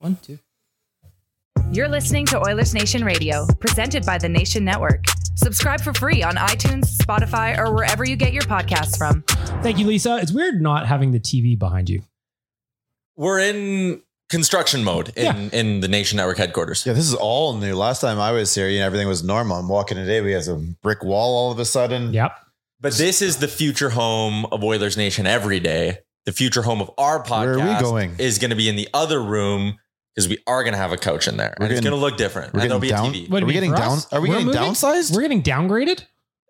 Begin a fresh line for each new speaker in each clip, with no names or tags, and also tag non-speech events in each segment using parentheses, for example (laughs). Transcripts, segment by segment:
One, two.
You're listening to Oilers Nation Radio, presented by the Nation Network. Subscribe for free on iTunes, Spotify, or wherever you get your podcasts from.
Thank you, Lisa. It's weird not having the TV behind you.
We're in construction mode in,
Yeah.
in the Nation Network headquarters.
Yeah, this is all new. Last time I was here, you know, everything was normal. I'm walking today, we have a brick wall all of a sudden.
Yep.
But this is the future home of Oilers Nation every day. The future home of
Where
our
are
podcast
we going?
is going to be in the other room because we are going to have a coach in there.
We're
and it's
getting-
going to look different.
we're
And there'll be
getting
a
down-
TV.
What- Are we
it be
getting
for
down-
us?
are we
We're
getting
moving?
downsized?
We're getting downgraded.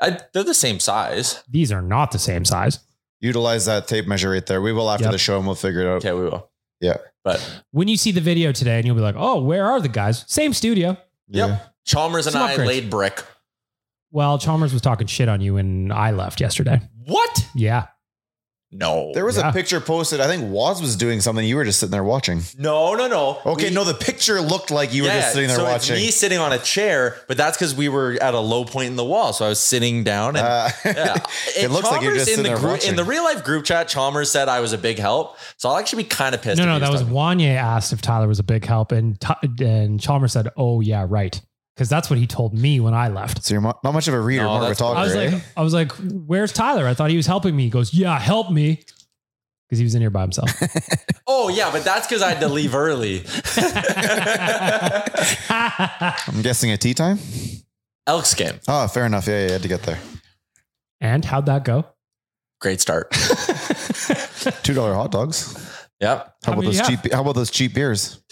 I, they're the same size.
These are not the same size.
Utilize that tape measure right there. We will after
Yep.
the show and we'll figure it out.
Okay, we will.
Yeah.
But
When you see the video today, and you'll be like, "Oh, where are the guys? Same studio."
Yeah.
yep. Chalmers and
Some
I
upgrades.
laid brick.
Well, Chalmers was talking shit on you, and I left yesterday.
What?
Yeah.
No.
There was
Yeah.
a picture posted. I think Waz was doing something. You were just sitting there watching.
no, no, no.
Okay,
We-
no, the picture looked like you were just sitting there
so
watching.
It's me sitting on a chair, but that's because we were at a low point in the wall. So I was sitting down and
Uh, (laughs)
Yeah.
it
And
looks like you're
Chalmers
just
in
sitting
the
there
group-
watching.
in the real life group chat. Chalmers said I was a big help, so I'll actually be kind of pissed.
no,
if
no,
he
that was
talking.
Wanye asked if Tyler was a big help, and T- and Chalmers said, "Oh yeah, right," because that's what he told me when I left.
so you're mo- not much of a reader,
No,
more of a
that's what
talker.
I was
eh?
like, I was like, "Where's Tyler?" I thought he was helping me. He goes, "Yeah, help me," because he was in here by himself.
Oh yeah, but that's because I had to leave early. (laughs)
I'm guessing a tea time.
Elks game,
Oh, fair enough. Yeah, yeah, you had to get
(laughs)
there.
and how'd that go?
great start.
Two dollar hot dogs.
yep.
How
I
about
mean,
those
yeah.
cheap? How about those cheap beers?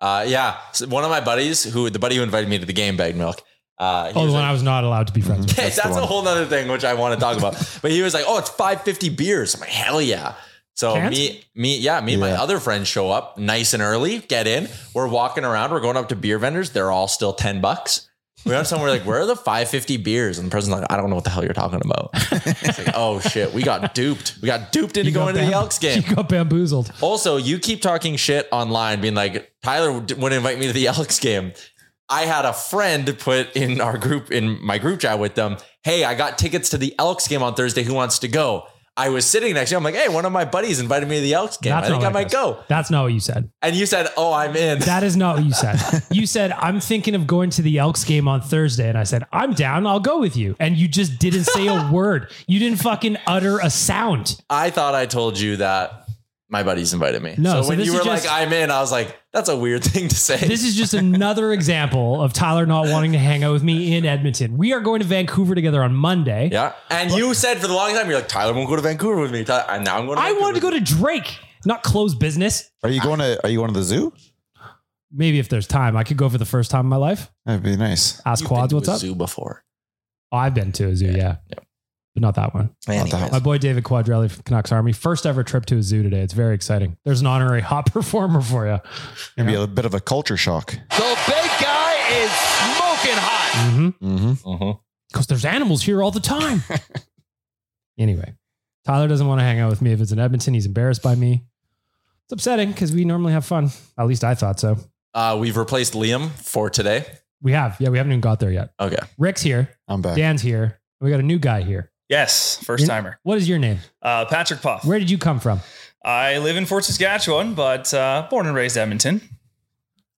Uh, yeah, So one of my buddies, who the buddy who invited me to the game, bag milk. Uh, he
Oh, the
was
one
like-
I was not allowed to be friends with.
Yeah,
That's
that's,
the one.
a whole other thing which I want to
(laughs)
talk about. but he was like, "Oh, it's five fifty beers." I'm like, "Hell yeah!" So
Cans?
me, me, yeah, me and my
Yeah.
other friends show up nice and early, get in. We're walking around. We're going up to beer vendors. They're all still ten bucks. We went up somewhere like, "Where are the five fifty beers?" And the person's like, "I don't know what the hell you're talking about." It's like, oh shit, we got duped. We got duped into
You got
going to the
bam-
Elks
(laughs)
game. Oh,
You got bamboozled.
Also, you keep talking shit online, being like, Tyler wouldn't invite me to the Elks game. I had a friend put in our group, in my group chat with them, hey, I got tickets to the Elks game on Thursday. Who wants to go? I was sitting next to you. I'm like, hey, one of my buddies invited me to the Elks game. I think I
what
might
said.
go.
That's not what you said.
And you said, oh, I'm in.
That is not what you
(laughs)
said. You said, I'm thinking of going to the Elks game on Thursday. And I said, I'm down. I'll go with you. And you just didn't
(laughs)
say a word. You didn't fucking utter a sound.
I thought I told you that my buddies invited me.
No,
so,
so
when
this
you
is
were
just-
like, I'm in, I was like, that's a weird (laughs) thing to say.
This is just another example of Tyler not wanting to hang out with me in Edmonton. We are going to Vancouver together on Monday.
yeah. And you said for the longest time, you're like, Tyler won't go to Vancouver with me. Tyler, and now I'm going to
I wanted to
Vancouver.
go to Drake, not close business.
Are you going to? Are you going to the zoo?
Maybe if there's time, I could go for the first time in my life.
That'd be nice.
Ask
You've
Quads
been
what's
to a
up.
Zoo before.
Oh, I've been to a zoo, yeah.
yeah.
But not that one.
Anyways.
My boy David Quadrelli from Canucks Army, first ever trip to a zoo today. It's very exciting. There's an honorary hot (laughs) performer for you.
It'd be a bit of a culture shock.
The big guy is smoking hot.
Mm-hmm.
Mm-hmm.
Mhm.
Because there's animals here all the time.
(laughs)
anyway, Tyler doesn't want to hang out with me if it's in Edmonton. He's embarrassed by me. It's upsetting because we normally have fun. At least I thought so.
Uh, we've replaced Liam for today.
We have. Yeah, we haven't even got there yet.
Okay.
Rick's here.
I'm back.
Dan's here. We got a new guy here.
Yes, first
Your-
timer.
What is your name?
Uh, Patrick Puff.
Where did you come from?
I live in Fort Saskatchewan, but uh, born and raised Edmonton.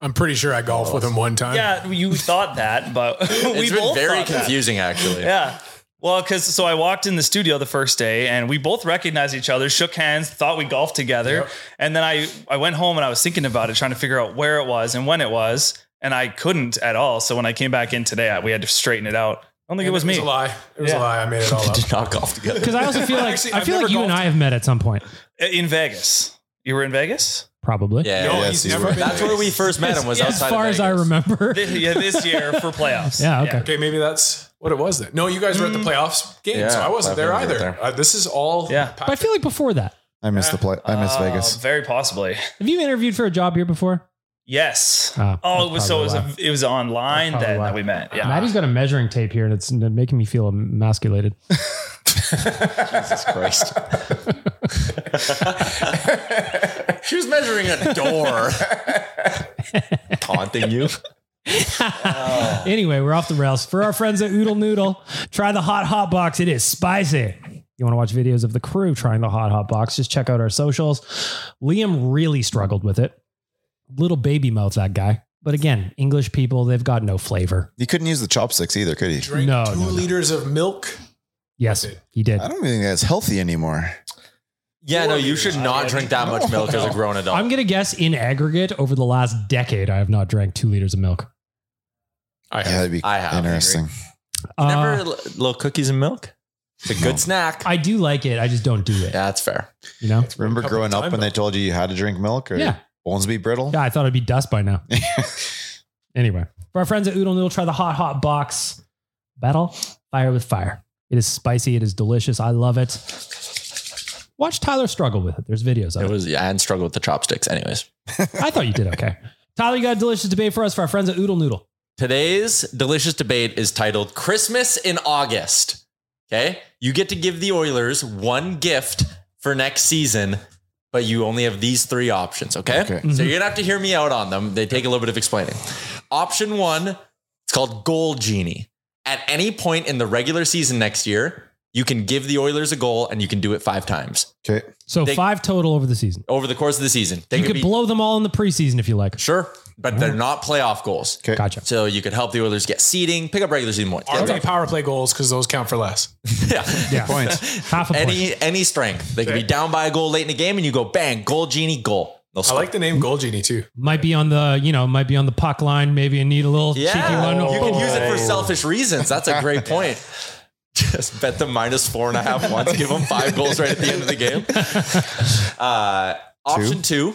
I'm pretty sure I golfed with him one time.
Yeah, you thought that, but (laughs) we
it's been
both
very
thought that.
confusing, actually.
Yeah. Well, because so I walked in the studio the first day, and we both recognized each other, shook hands, thought we golfed together, and then I I went home and I was thinking about it, trying to figure out where it was and when it was, and I couldn't at all. So when I came back in today, I, we had to straighten it out. I don't think it was
it
me.
was a lie. It was
Yeah.
a lie. I made it all up.
Did not golf together.
Because I also feel like
Actually, (laughs)
I
I've
feel like
never
you and
golfed.
I have met at some point,
in Vegas. You were in Vegas.
probably.
(laughs) Yeah,
No,
yeah,
he's
yeah,
never
right.
been
That's
there.
where we first met
(laughs)
him. Was
Yeah, as
As
outside
far
of
as I
Vegas.
(laughs)
remember.
This, (laughs) yeah, this year for playoffs.
Yeah, okay.
Okay, maybe that's what it was then. No, you guys were at the playoffs game,
Yeah,
so I wasn't there
playoff games
either.
were there.
Uh, this is all.
Yeah.
But I feel like before that.
I miss the play. I miss
Uh,
Vegas.
Very possibly.
Have you interviewed for a job here before?
Yes.
Ah,
oh,
that's
it was so it was,
probably
a, it was online
That's probably
then
why.
that we met. Yeah.
Maddie's got a measuring tape here and it's making me feel emasculated.
(laughs)
Jesus Christ. (laughs) she was measuring a
(laughs)
door. Taunting you.
Oh.
Anyway, we're off the rails. For our friends at Oodle Noodle, try the hot hot box. It is spicy. You want to watch videos of the crew trying the hot hot box? Just check out our socials. Liam really struggled with it. Little baby mouth, that guy. But again, English people, they've got no flavor.
He couldn't use the chopsticks either, could he?
Drink
No,
two
no, no.
liters of milk.
Yes, he did.
I don't think that's healthy anymore.
Yeah, no, you should not drink that much milk as a grown adult.
I'm going to guess in aggregate over the last decade, I have not drank two liters of milk.
I
Yeah, that'd be
I have.
interesting.
Uh,
Never li- little cookies and milk. It's a good snack.
I do like it. I just don't do it.
yeah, that's fair.
You know?
Remember
Couple
growing up
time,
when
though.
they told you you had to drink milk or
Yeah.
bones be brittle?
Yeah, I thought it'd be dust by
(laughs)
now. anyway, for our friends at Oodle Noodle, try the hot hot box battle fire with fire. It is spicy. It is delicious. I love it. Watch Tyler struggle with it. There's videos of
It
it.
was. Yeah, I hadn't struggled with the chopsticks, anyways.
I thought you
(laughs)
did okay. Tyler, you got a delicious debate for us for our friends at Oodle Noodle.
Today's delicious debate is titled Christmas in August. Okay. You get to give the Oilers one gift for next season, but you only have these three options. Okay.
Okay.
So you're going to have to hear me out on them. They take a little bit of explaining. Option one, it's called Goal Genie. At any point in the regular season next year, you can give the Oilers a goal and you can do it five times
Okay.
So
They-
five total over the season.
over the course of the season. They
You
could
could
be-
blow them all in the preseason if
(laughs)
you like.
Sure, but they're not playoff goals.
Okay.
Gotcha.
So you could help the Oilers get seeding, pick up regular season points.
Are
Yeah,
they power play goals? Because those count for less.
yeah.
Yeah.
Points.
Half a point.
any any strength. They could be down by a goal late in the game, and you go bang, goal genie, goal. They'll
I
score.
like the name Gold Genie too.
might be on the, you know, might be on the puck line. Maybe you need a little cheeky
yeah,
one.
you can use it for
Oh.
selfish reasons. That's a
(laughs)
great point. Just bet them minus four and a half once. Give them five goals right at the end of the game.
(laughs)
Uh, option two.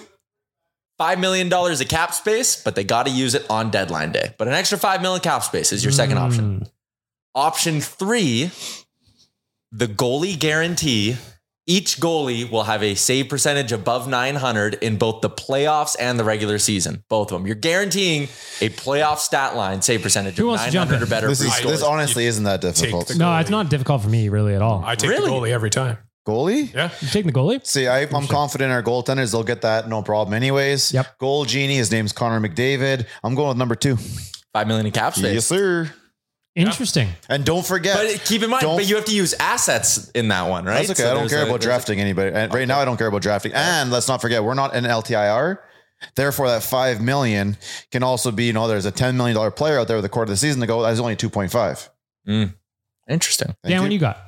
Five million dollars of cap space, but they got to use it on deadline day. But an extra five million cap space is your second option. Option three, the goalie guarantee. Each goalie will have a save percentage above 900 in both the playoffs and the regular season. Both of them. You're guaranteeing a playoff stat line save percentage
Who
of
wants to jump
900
in?
or better.
This
for
is
each
this
goalie.
honestly isn't that difficult.
the
No, it's not difficult for me really at all.
I take
Really?
the goalie every time.
Goalie?
Yeah.
You taking the goalie?
See, I, I'm confident our goaltenders, they'll get that no problem anyways.
Yep.
Goal Genie, his name's Connor McDavid. I'm going with number two.
Five million in cap space.
Yes, sir.
Interesting.
And don't forget.
But keep in mind,
Don't-
but you have to use assets in that one, right?
That's okay.
So
I don't
there's
care
a-
about
there's a-
drafting anybody. And right now, I don't care about drafting. And let's not forget, we're not in LTIR. Therefore, that five million can also be, you know, there's a ten million dollar player out there with a quarter of the season to go. That's only two point five.
Interesting.
Dan, what do you got?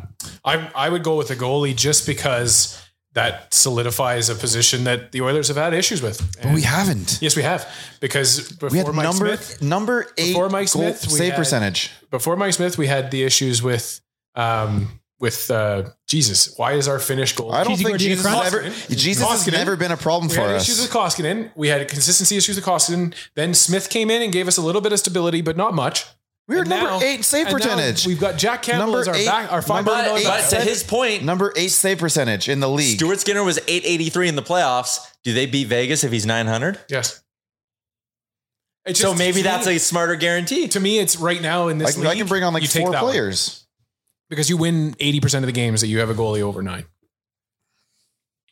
I I would go with the goalie just because that solidifies a position that the Oilers have had issues with.
Oh,
And-
haven't.
yes, we have because before
We had
Mike
number
Smith,
number eight
Before Mike
goal
Smith, we
save
had-
percentage.
before Mike Smith, we had the issues with um with uh, Jesus, why is our Finnish goal?
I don't
Cheesy
think
Gordita
Jesus,
Crunch?
ever, Jesus has
Koskinen.
never been a problem
we
for
had
us.
issues with Koskinen. We had consistency issues with Koskinen. Then Smith came in and gave us a little bit of stability, but not much.
We were
And
number
now-
eight save
and now
percentage.
We've got Jack Campbell
Number
as our
eight-
back, our five
number
million
But,
dollar
eight-
back.
but to his point,
Number eight save percentage in the league.
Stuart Skinner was 883 in the playoffs. Do they beat Vegas if he's 900?
Yes. It
so
just-
maybe
to
that's
me-
a smarter guarantee.
to me. It's right now in
I,
this
can- I
league.
can bring on like
you take
four
that one.
players.
because you win eighty percent of the games that you have a goalie over nine.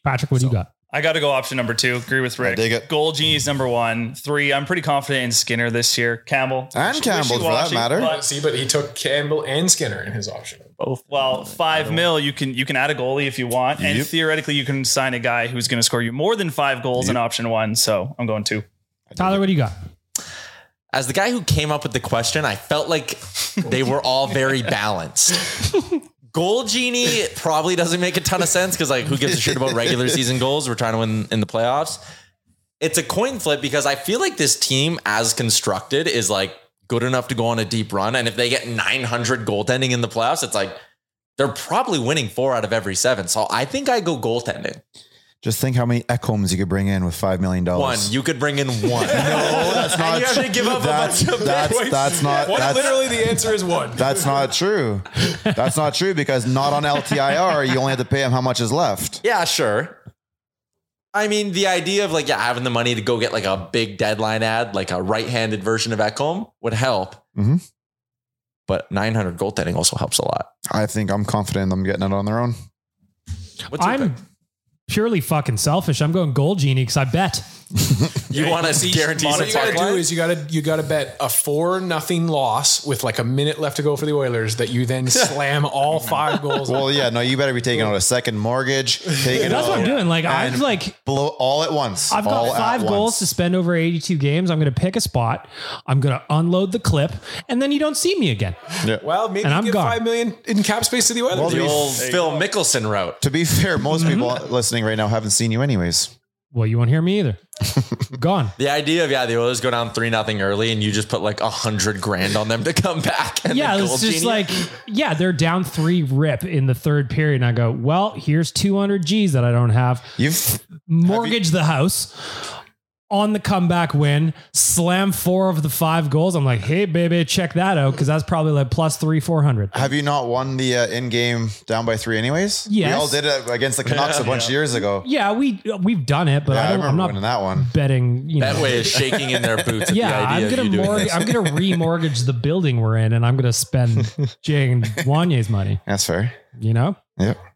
Patrick, what do you got?
I got to go option number two. Agree with Rick.
dig it.
Goal genie's number one. Three, I'm pretty confident in Skinner this year. Campbell
And
wishy-
Campbell, for that
wishy-washy,
matter.
but
See, but he took Campbell and Skinner in his option.
both. Well, five mil. You can you can add a goalie if you want, and
Yep.
theoretically you can sign a guy who's going to score you more than five goals in option one. So I'm going two.
Tyler, what do you got?
As the guy who came up with the question, I felt like they were all very balanced. Goal genie probably doesn't make a ton of sense because like who gives a shit about regular season goals? We're trying to win in the playoffs. It's a coin flip because I feel like this team as constructed is like good enough to go on a deep run. And if they get 900 goaltending in the playoffs, it's like they're probably winning four out of every seven. So I think I go goaltending.
Just think how many Ekholms you could bring in with five million
One,
dollars.
you could bring in one. no, (laughs)
that's not
you have to give up a
that's,
bunch of
(laughs) that's, that's not
What,
that's,
literally, the answer is one.
that's not true. That's not true because not on LTIR. You only have to pay him how much is left.
Yeah, sure. I mean, the idea of like yeah, having the money to go get like a big deadline ad, like a right-handed version of Ekholm, would help.
Mhm.
But 900 goaltending also helps a lot.
I think I'm confident in them getting it on their own.
What's your
I'm
pick?
purely fucking selfish. I'm going gold genie because I bet.
you want to guarantee
What
some
you gotta
talk
do
line?
is you gotta you gotta bet a four nothing loss with like a minute left to go for the Oilers that
(laughs)
you then slam all five goals. on.
Well, yeah, no, you better be taking out a second mortgage. Taking
That's what I'm
out
doing. Like I've
And
like
blow all at once.
I've got
All at
five goals
once.
to spend over 82 games. I'm going to pick a spot. I'm going to unload the clip, and then you don't see me again.
Well, maybe
And I'm
give
gone. Oh,
five million in cap space to the Oilers.
Well,
the
to be-
old Phil Mickelson route.
To be fair, most
Mm-hmm.
people listening right now haven't seen you anyways.
Well, you won't hear
(laughs)
me either. Gone.
The idea of yeah, the Oilers go down three nothing early, and you just put like a hundred grand on them to come back. And
yeah,
the
it's
goal
just
genie-
like yeah, they're down three rip in the third period, and I go, well, here's 200 G's that I don't have.
You've
Mortgage the house on the comeback win, slam four of the five goals. I'm like, hey baby, check that out because that's probably like plus three 400.
have you not won the uh, in game down by three anyways?
Yes.
we all did it against the Canucks a bunch of years ago.
Yeah, we we've done it, but
Yeah, I,
I don't,
remember
I'm
winning
not
that one.
betting. You know,
that way is shaking in their boots. At
Yeah,
the idea
I'm gonna
of you doing
mortgage.
this.
I'm
(laughs)
gonna remortgage the building we're in, and I'm gonna spend Jay and Wanye's money.
That's fair.
You know, (laughs)
Yep. (laughs)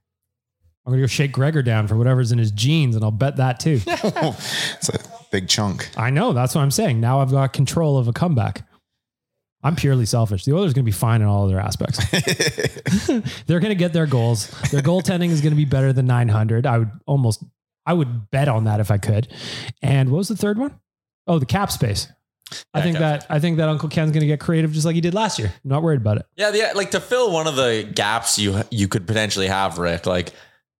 I'm gonna go shake Gregor down for whatever's in his jeans, and I'll bet that too.
it's a big
(laughs)
chunk.
I know Oh, that's what I'm saying. Now I've got control of a comeback. I'm purely selfish. The Oilers are gonna be fine in all other aspects. They're gonna get their goals. Their goaltending is gonna be better than 900. I would almost, I would bet on that if I could. And what was the third one? Oh, the cap space. I
Yeah,
think
cap
that I think that Uncle Ken's gonna get creative just like he did last year. I'm not worried about it.
Yeah, the, like to fill one of the gaps you you could potentially have, Rick. Like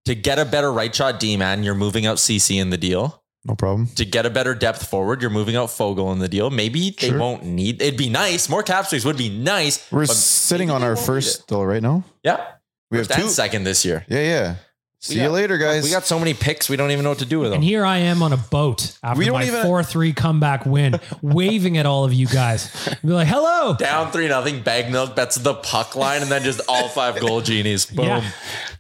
to get a better right shot D man, you're moving out CC in the deal.
No problem.
To get a better depth forward, you're moving out Fogel in the deal. Maybe they
Sure.
won't need. It'd be nice. More cap space would be nice.
We're
but
sitting
maybe
on
they
our
won't
first
need it.
still right now.
Yeah,
We have
that's
two.
second this year.
Yeah, yeah. See you
got-
later, guys.
We got so many picks, we don't even know what to do with them.
And here I am on a boat after
We don't
my
even-
four three
(laughs)
comeback win, waving at all of you guys. Be like, hello.
Down three nothing. Bag milk bets the puck line, and then just all (laughs) five goal genies. Boom.
Yeah.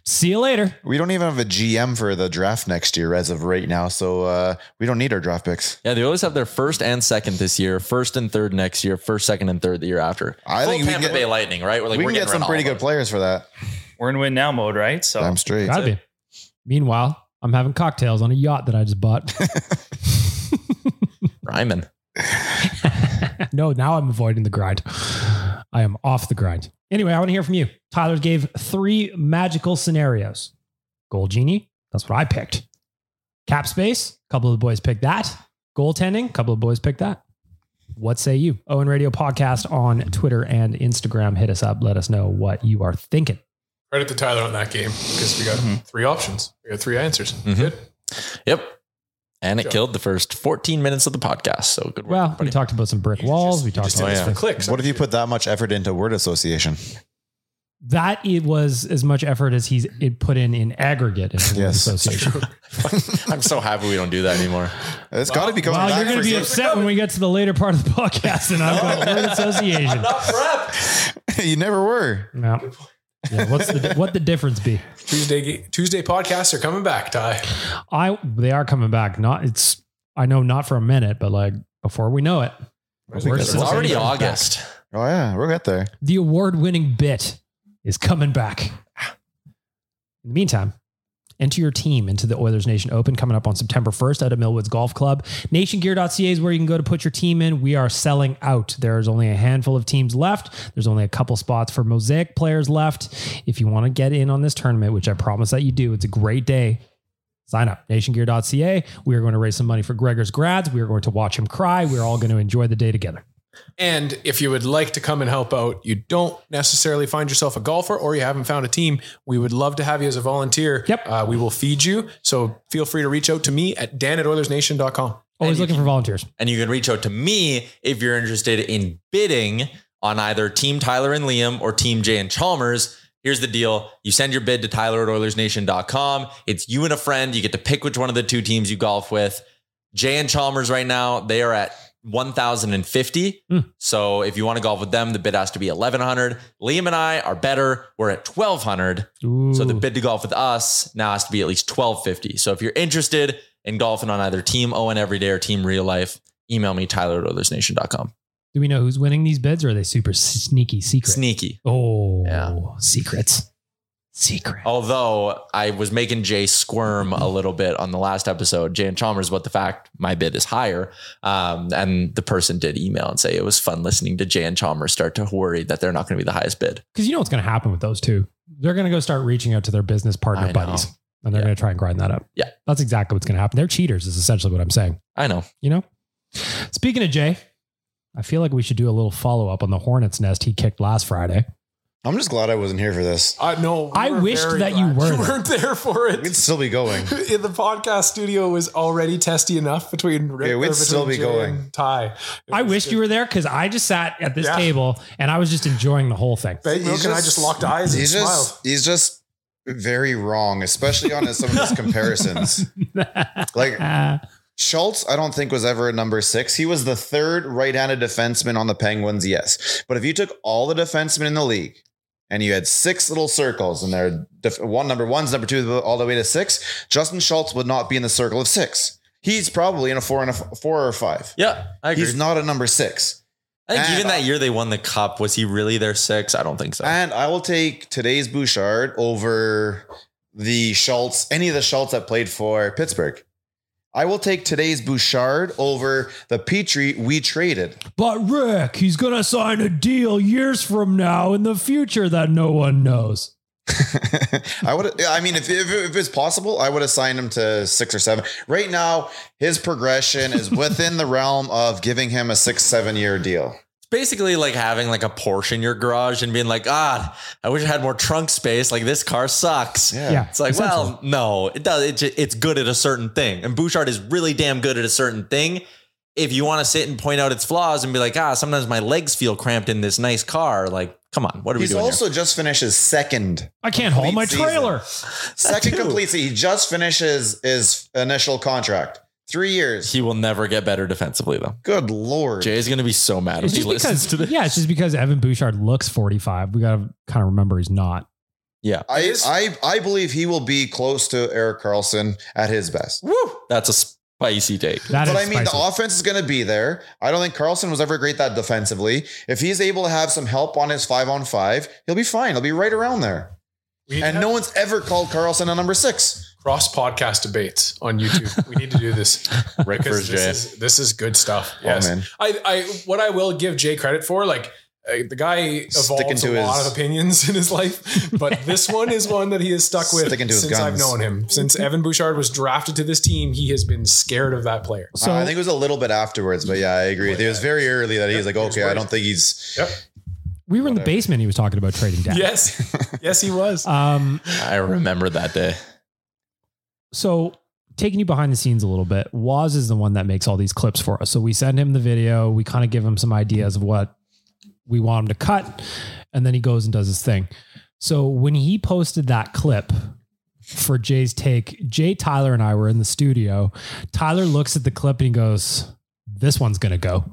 See you later.
we don't even have a GM for the draft next year as of right now, so uh, we don't need our draft picks.
Yeah, they always have their first and second this year, first and third next year, first, second, and third the year after.
I
Full
think we
Tampa
get-
Bay Lightning, right? We're like,
we
we're
can get
getting rid
some
of
pretty
all of
good players for that.
We're in win now mode, right? So
I'm straight.
Gotta be. Meanwhile, I'm having cocktails on a yacht that I just bought.
them. Ryman.
no, now I'm avoiding the grind. I am off the grind. Anyway, I want to hear from you. Tyler gave three magical scenarios. Goal genie, that's what I picked. Cap space, a couple of the boys picked that. Goaltending, a couple of boys picked that. What say you? Owen Radio Podcast on Twitter and Instagram. Hit us up. Let us know what you are thinking.
Credit to Tyler on that game because we got three options. We got three answers.
Mhm.
Good.
Yep. And it
Sure.
killed the first 14 minutes of the podcast. So good work.
Well, we
everybody.
talked about some brick
You
walls.
just-
we
you
talked
just
about
did
this
some-
for clicks.
What if you put that much effort into word association?
that it was as much effort as he's it put in in aggregate in the
Yes. (laughs)
association.
(laughs) I'm so happy we don't do that anymore.
It's got to be coming
Wow,
back
you're going
for
to be
you.
upset when we get to the later part of the (laughs) podcast, and I'm going word association.
(laughs) you never were.
No. Yeah, what's the what the difference be?
Tuesday Tuesday podcasts are coming back, Ty.
I they are coming back. Not it's I know not for a minute, but like before we know it, We're
It's
association
already
comes back.
August.
Oh yeah, we'll get there.
The award-winning bit is coming back. In the meantime, enter your team into the Oilers Nation Open coming up on September 1st at a Millwoods Golf Club. Nationgear.ca is where you can go to put your team in. We are selling out. There's only a handful of teams left. There's only a couple spots for Mosaic players left. If you want to get in on this tournament, which I promise that you do, it's a great day. Sign up, nationgear.ca. We are going to raise some money for Gregor's grads. We are going to watch him cry. We're all going to enjoy the day together.
And if you would like to come and help out, you don't necessarily find yourself a golfer or you haven't found a team, we would love to have you as a volunteer.
Yep.
Uh, we will feed you. So feel free to reach out to me at dan at oilersnation.com.
Always
And you
looking for volunteers.
And you can reach out to me if you're interested in bidding on either Team Tyler and Liam or Team Jay and Chalmers. Here's the deal. You send your bid to Tyler at OilersNation.com. It's you and a friend. You get to pick which one of the two teams you golf with. Jay and Chalmers right now, they are at 1,050.
Hmm.
So if you want to golf with them, the bid has to be 1,100. Liam and I are better. We're at 1,200. So the
Ooh.
bid to golf with us now has to be at least twelve fifty. So if you're interested in golfing on either Team Owen Everyday or Team Real Life, email me Tyler at OthersNation.com.
Do we know who's winning these bids or are they super sneaky secret?
Sneaky.
oh,
Yeah.
secrets. Secret.
Although I was making Jay squirm a little bit on the last episode, Jay and Chalmers, what the fact my bid is higher. Um, and the person did email and say it was fun listening to Jay and Chalmers start to worry that they're not going to be the highest bid.
Because you know what's going to happen with those two. They're going to go start reaching out to their business partner
I know.
buddies and they're
Yeah.
going to try and grind that up.
Yeah.
That's exactly what's going to happen. They're cheaters, is essentially what I'm saying.
I know.
You know? Speaking of Jay, I feel like we should do a little follow up on the hornet's nest he kicked last Friday.
I'm just glad I wasn't here for this.
Uh, no, we
I
were
wished
very
that you
glad
were there.
weren't there for
We'd
it.
still be going.
In (laughs) the podcast studio was already testy enough between Rick
Yeah,
or
we'd
between
still be
Jay
going.
and Ty.
I wished you were there because I just sat at this
Yeah.
table and I was just enjoying the whole thing.
Milk and I just locked eyes and
he's
smiled.
just, he's just very wrong, especially on his- some of his comparisons. Like
Uh,
Schultz, I don't think was ever a number six. He was the third right-handed defenseman on the Penguins, yes. But if you took all the defensemen in the league and you had six little circles and they're def- one number one's number two all the way to six, Justin Schultz would not be in the circle of six. He's probably in a four and a f- four or five.
Yeah, I agree.
He's not a number six.
I think
And-
even that year they won the cup. Was he really their six? I don't think so.
And I will take today's Bouchard over the Schultz, any of the Schultz that played for Pittsburgh. I will take today's Bouchard over the Petrie we traded. (laughs)
But Rick, he's going to sign a deal years from now in the future that no one knows.
I would. I mean, if, if if it's possible, I would assign him to six or seven. Right now, his progression is within the realm of giving him a six, seven year deal.
basically like having like a Porsche in your garage and being like, ah, I wish I had more trunk space. Like this car sucks.
Yeah.
Yeah.
It's like, well, no, it does. It, ju- it's good at a certain thing. And Bouchard is really damn good at a certain thing. If you want to sit and point out its flaws and be like, ah, sometimes my legs feel cramped in this nice car. Like, come on, what are
He's
we doing?
also just finished his second
I can't haul my
Complete season.
trailer.
second
too.
complete. He just finishes his initial contract, three
here?
years.
He will never get better defensively though.
Good lord.
Jay's gonna be so mad if
It's
he
just
listens
because,
to this.
yeah, it's just because Evan Bouchard looks 45. We got to kind of remember he's not.
Yeah.
I, I I believe he will be close to Eric Carlson at his best.
Woo. That's a spicy take.
That
but
is
I mean,
spicy.
the offense is going to be there. I don't think Carlson was ever great that defensively. If he's able to have some help on his five on five, he'll be fine. He'll be right around there.
We
And
have
no one's ever called Carlson a number six.
cross podcast debates on YouTube. We need to
(laughs)
do this.
Rick
because
versus
this
Jay.
is, this is good stuff. Yes.
Oh, man.
I, I, what I will give Jay credit for, like uh, the guy
Sticking
evolves
to
a lot
his-
of opinions in his life,
(laughs)
but this one is one that he has stuck with
Sticking to his
since I've
guns.
known him. Since Evan Bouchard was drafted to this team, he has been scared of that player.
so
I think it was a little bit afterwards, but yeah, I agree. with you. It was very early that he was like, okay, I don't think he's.
we were in the basement. He was talking about trading
(laughs)
down.
Yes, yes, he was.
Um,
I remember that day.
so taking you behind the scenes a little bit, Waz is the one that makes all these clips for us. So we send him the video. We kind of give him some ideas of what we want him to cut. And then he goes and does his thing. So when he posted that clip for Jay's take, Jay Tyler and I were in the studio. Tyler looks at the clip and he goes, "This one's
(laughs)
gonna go."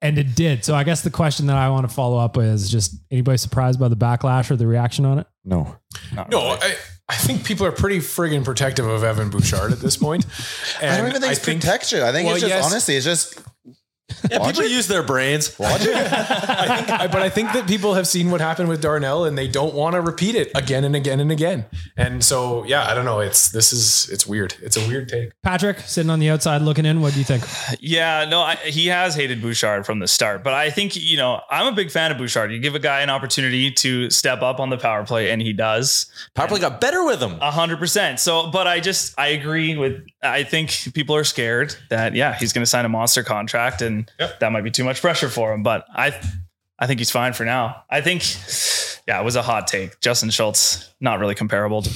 And it did. So I guess the question that I want to follow up is just anybody surprised by the backlash or the reaction on it?
No.
Not
No,
really.
I, I think people are pretty friggin' protective of Evan Bouchard at this point.
(laughs) I don't
And
even think it's protection. I think
well,
it's just
yes.
honestly, it's just
Yeah,
Watch
people use their brains.
watch (laughs) it.
(laughs) I- but I think that people have seen what happened with Darnell and they don't want to repeat it again and again and again. And so, yeah, I don't know. It's this is it's weird. It's a weird take.
Patrick, sitting on the outside looking in, what do you think?
Yeah, no, I, he has hated Bouchard from the start, but I think you know I'm a big fan of Bouchard. You give a guy an opportunity to step up on the power play, and he does
Power play got better with him.
a hundred percent. So, but I just I agree with. I think people are scared that yeah he's going to sign a monster contract, and that might be too much pressure for him. But I I think he's fine for now. I think yeah, it was a hot take. Justin Schultz not really comparable (laughs) to,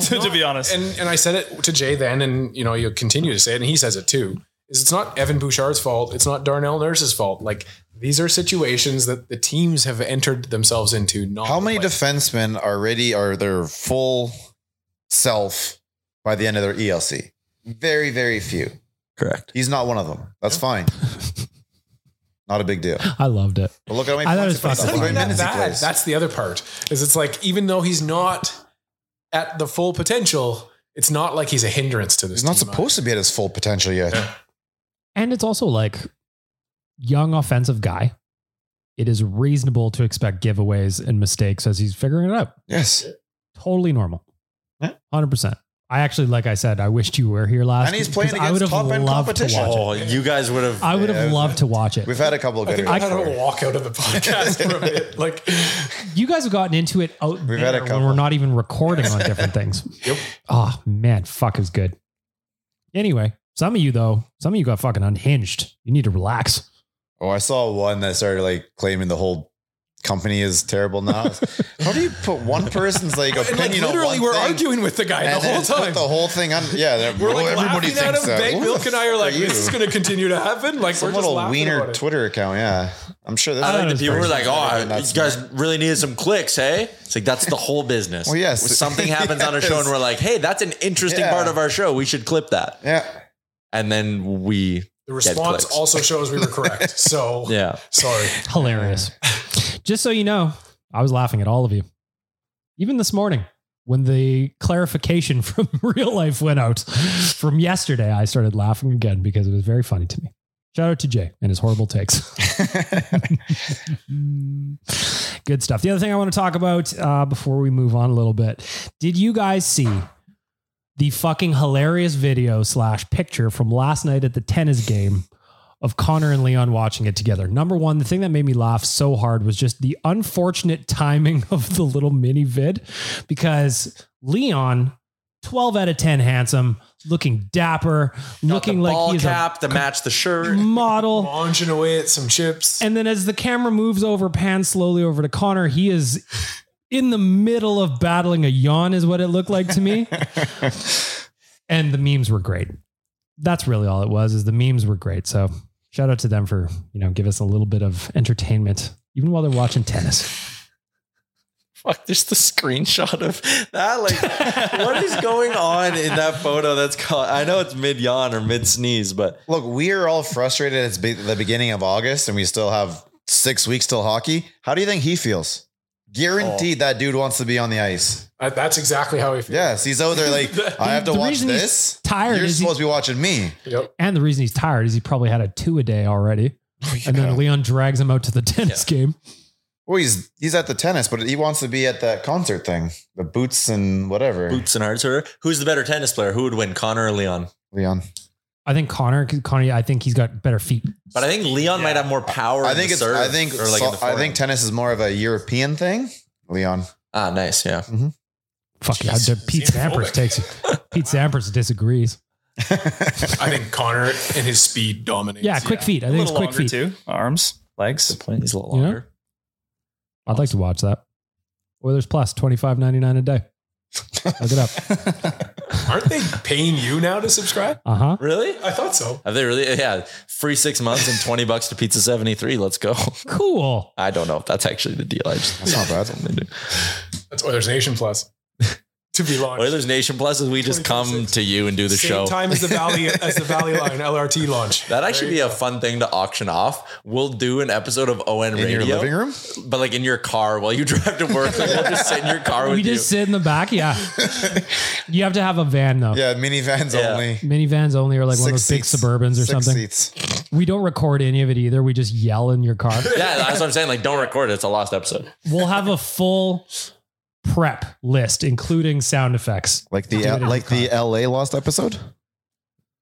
to, to be honest.
And and I said it to Jay then, and you know you'll continue to say it, and he says it too. Is it's not Evan Bouchard's fault. It's not Darnell Nurse's fault. Like these are situations that the teams have entered themselves into. Not
How many
the players.
defensemen are ready are their full self by the end of their ELC? Very, very few.
Correct.
He's not one of them. That's fine. Not a big deal.
I loved it.
But look at how many
I thought
points
it was
he puts
fucking
up, look how
Not even
many
that
minutes he
bad.
plays.
That's the other part. Is it's like even though he's not at the full potential, it's not like he's a hindrance to this.
He's not
team either.
supposed to be at his full potential yet.
And it's also like young offensive guy. It is reasonable to expect giveaways and mistakes as he's figuring it out.
Yes.
Totally normal.
Yeah.
100%. I actually, like I said, I wished you were here last
And he's
week
playing
'cause
against
would've
top-end
loved to
competition.
watch it.
Oh, you guys would have.
I would
Yeah, it
have
was-
loved to watch it.
We've had a couple of
I
good
think I
years.
had a
where-
walk out of the podcast for
(laughs)
a bit. Like,
You guys have gotten into it out
We've
there
had a
when
couple.
we're not even recording on different
(laughs)
things.
Yep.
Oh man, fuck is good. Anyway, some of you though, some of you got fucking unhinged. You need to relax.
Oh, I saw one that started like claiming the whole company is terrible
(laughs)
now. How do you put one person's like
and like
opinion
literally,
on one
we're
thing
arguing with the guy
and
the
then
whole
just put
time.
The whole thing on yeah, they're-
we're like
well, everybody
laughing at
thinks
him.
that.
Bang
Well,
Milk and I are
for
like,
you.
this is going to continue to happen. Like,
Some
we're just
little
laughing
wiener
about it.
Twitter account, yeah. I'm sure
I
that's
like
That
the
was
people were
pretty
like, oh,
That's
these guys really needed some clicks, hey? It's like, that's the whole business.
Well, yes.
When Something happens on a show and
Yes.
we're like, hey, that's an interesting
Yeah.
part of our show. We should clip that.
yeah.
And then we,
The response
clicks.
also shows we were (laughs) correct. So,
yeah.
sorry.
Hilarious. Just so you know, I was laughing at all of you. Even this morning when the clarification (laughs) from real life went out from yesterday, I started laughing again because it was very funny to me. Shout out to Jay and his
(laughs)
horrible takes. (laughs) Good stuff. The other thing I want to talk about uh, before we move on a little bit did you guys see the fucking hilarious video slash picture from last night at the tennis game of Connor and Leon watching it together? Number one, the thing that made me laugh so hard was just the unfortunate timing of the little mini vid because Leon, 12 out of 10 handsome, um, looking dapper,
Got
looking
the
like
ball
he's
cap, the match, the
a
shirt.
model.
Munching away at some chips.
And then as the camera moves over, pans slowly over to Connor, he is in the middle of battling a yawn, is what it looked like to me. and the memes were great. That's really all it was, is the memes were great. So shout out to them for, you know, give us a little bit of entertainment, even while they're watching tennis. (laughs)
Fuck, there's the screenshot of that.
(laughs)
Like, what is going on in that photo? That's called, I know it's mid yawn or mid sneeze, but
Look, we are all frustrated at be- the beginning of August and we still have six weeks till hockey. How do you think he feels? Guaranteed
Oh.
that dude wants to be on the ice.
Uh, that's exactly how I feel.
Yes, he's out there
(laughs)
like, I have to
The
watch
reason he's
this.
tired
You're
is he-
supposed to be watching me.
Yep.
And the reason he's tired is he probably had a two a day already. And then Oh, Leon drags him out to the tennis game.
Well, he's he's at the tennis, but he wants to be at that concert thing, the boots and whatever.
boots and hearts. Or who's the better tennis player? Who would win, Connor or Leon?
Leon,
I think Connor, Connor, I think he's got better feet.
But I think Leon might have more power.
I
in
think
the
it's
serve
I think
or like in
so- I
the forehand.
think tennis is more of a European thing. Leon,
Ah, nice. Yeah.
Fuck yeah, Pete Sampras takes it. Pete Sampras disagrees.
(laughs) I think Connor and his speed dominates.
Yeah, quick feet. I
a
think it's
little
quick
longer
feet.
too. Arms, legs.
He's a little
You know?
longer.
I'd like to watch that. Oilers plus twenty five ninety nine a day. Look it up.
Aren't they paying you now to subscribe?
Uh huh.
Really?
I thought so.
Have they really? Yeah, free six months and twenty bucks to Pizza Seventy Three. Let's go. (laughs)
Cool.
I don't know if that's actually the deal. I just
That's not bad.
(laughs)
That's oh, Oilers Nation Plus. (laughs) to be launched.
Oilers Nation Plus is we just come
26.
to you and do the
Same
show.
time as the Valley as the Valley Line LRT launch.
That'd actually be a fun thing to auction off. We'll do an episode of ON
In
Radio,
your living room?
but like in your car while you (laughs) drive to work. Like we'll just sit in your car with
(laughs) We just sit in the back. Yeah. you have to have a van though.
Yeah, minivans
Yeah.
only.
Minivans only, or like one of those big
seats.
Suburbans or
Six
something.
Seats.
We don't record any of it either. We just yell in your car.
you. (laughs) Yeah, that's what I'm saying. Like, don't record it. It's a lost episode.
we'll have a full prep list, including sound effects.
Like the like the LA lost episode. (laughs)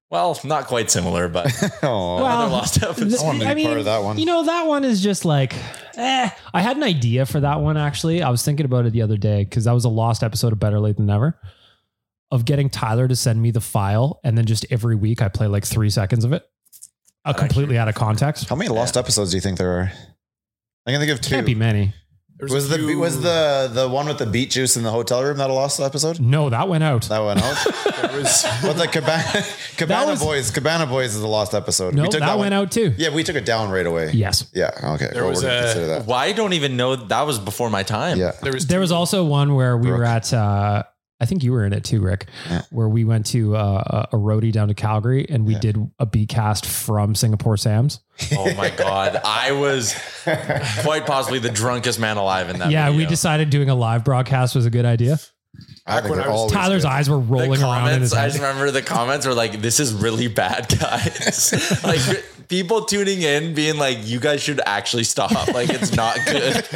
Well, not quite similar, but
(laughs)
Oh,
another lost episode.
I wanna be a part of that one.
You know, that one is just like, eh. I had an idea for that one actually. I was thinking about it the other day because that was a lost episode of Better Late Than Never of getting Tyler to send me the file. And then just every week I play like three seconds of it, uh, completely out of context.
how many lost episodes do you think there are? I can think of
Can't be
two.
many.
There's
Was the
a few-
was the the one with the beet juice in the hotel room that a lost episode?
No, that went out.
That went out.
there was-
but
(laughs)
the Cabana, Cabana
was-
Boys, Cabana Boys is the lost episode.
no, that,
one-
went out too.
Yeah, we took it down right away.
Yes.
Yeah. Okay.
There
well,
was
we're gonna
a-
consider that.
Why I don't even know that was before my time.
Yeah.
there was
There was also one where we were
Brooke.
at. Uh, I think you were in it too, Rick.
Yeah.
Where we went to uh, a a roadie down to Calgary, and we
Yeah.
did a B cast from Singapore Sam's.
Oh
(laughs)
my god, I was quite possibly the drunkest man alive in that.
yeah, we
video.
decided doing a live broadcast was a good idea.
I think
when
they're
I was
always
Tyler's
good.
eyes were rolling
the
around in his
comments. I
head.
just remember the comments were like, "This is really bad, guys." (laughs)
(laughs)
like people tuning in, being like, "You guys should actually stop. Like it's not
(laughs)
good."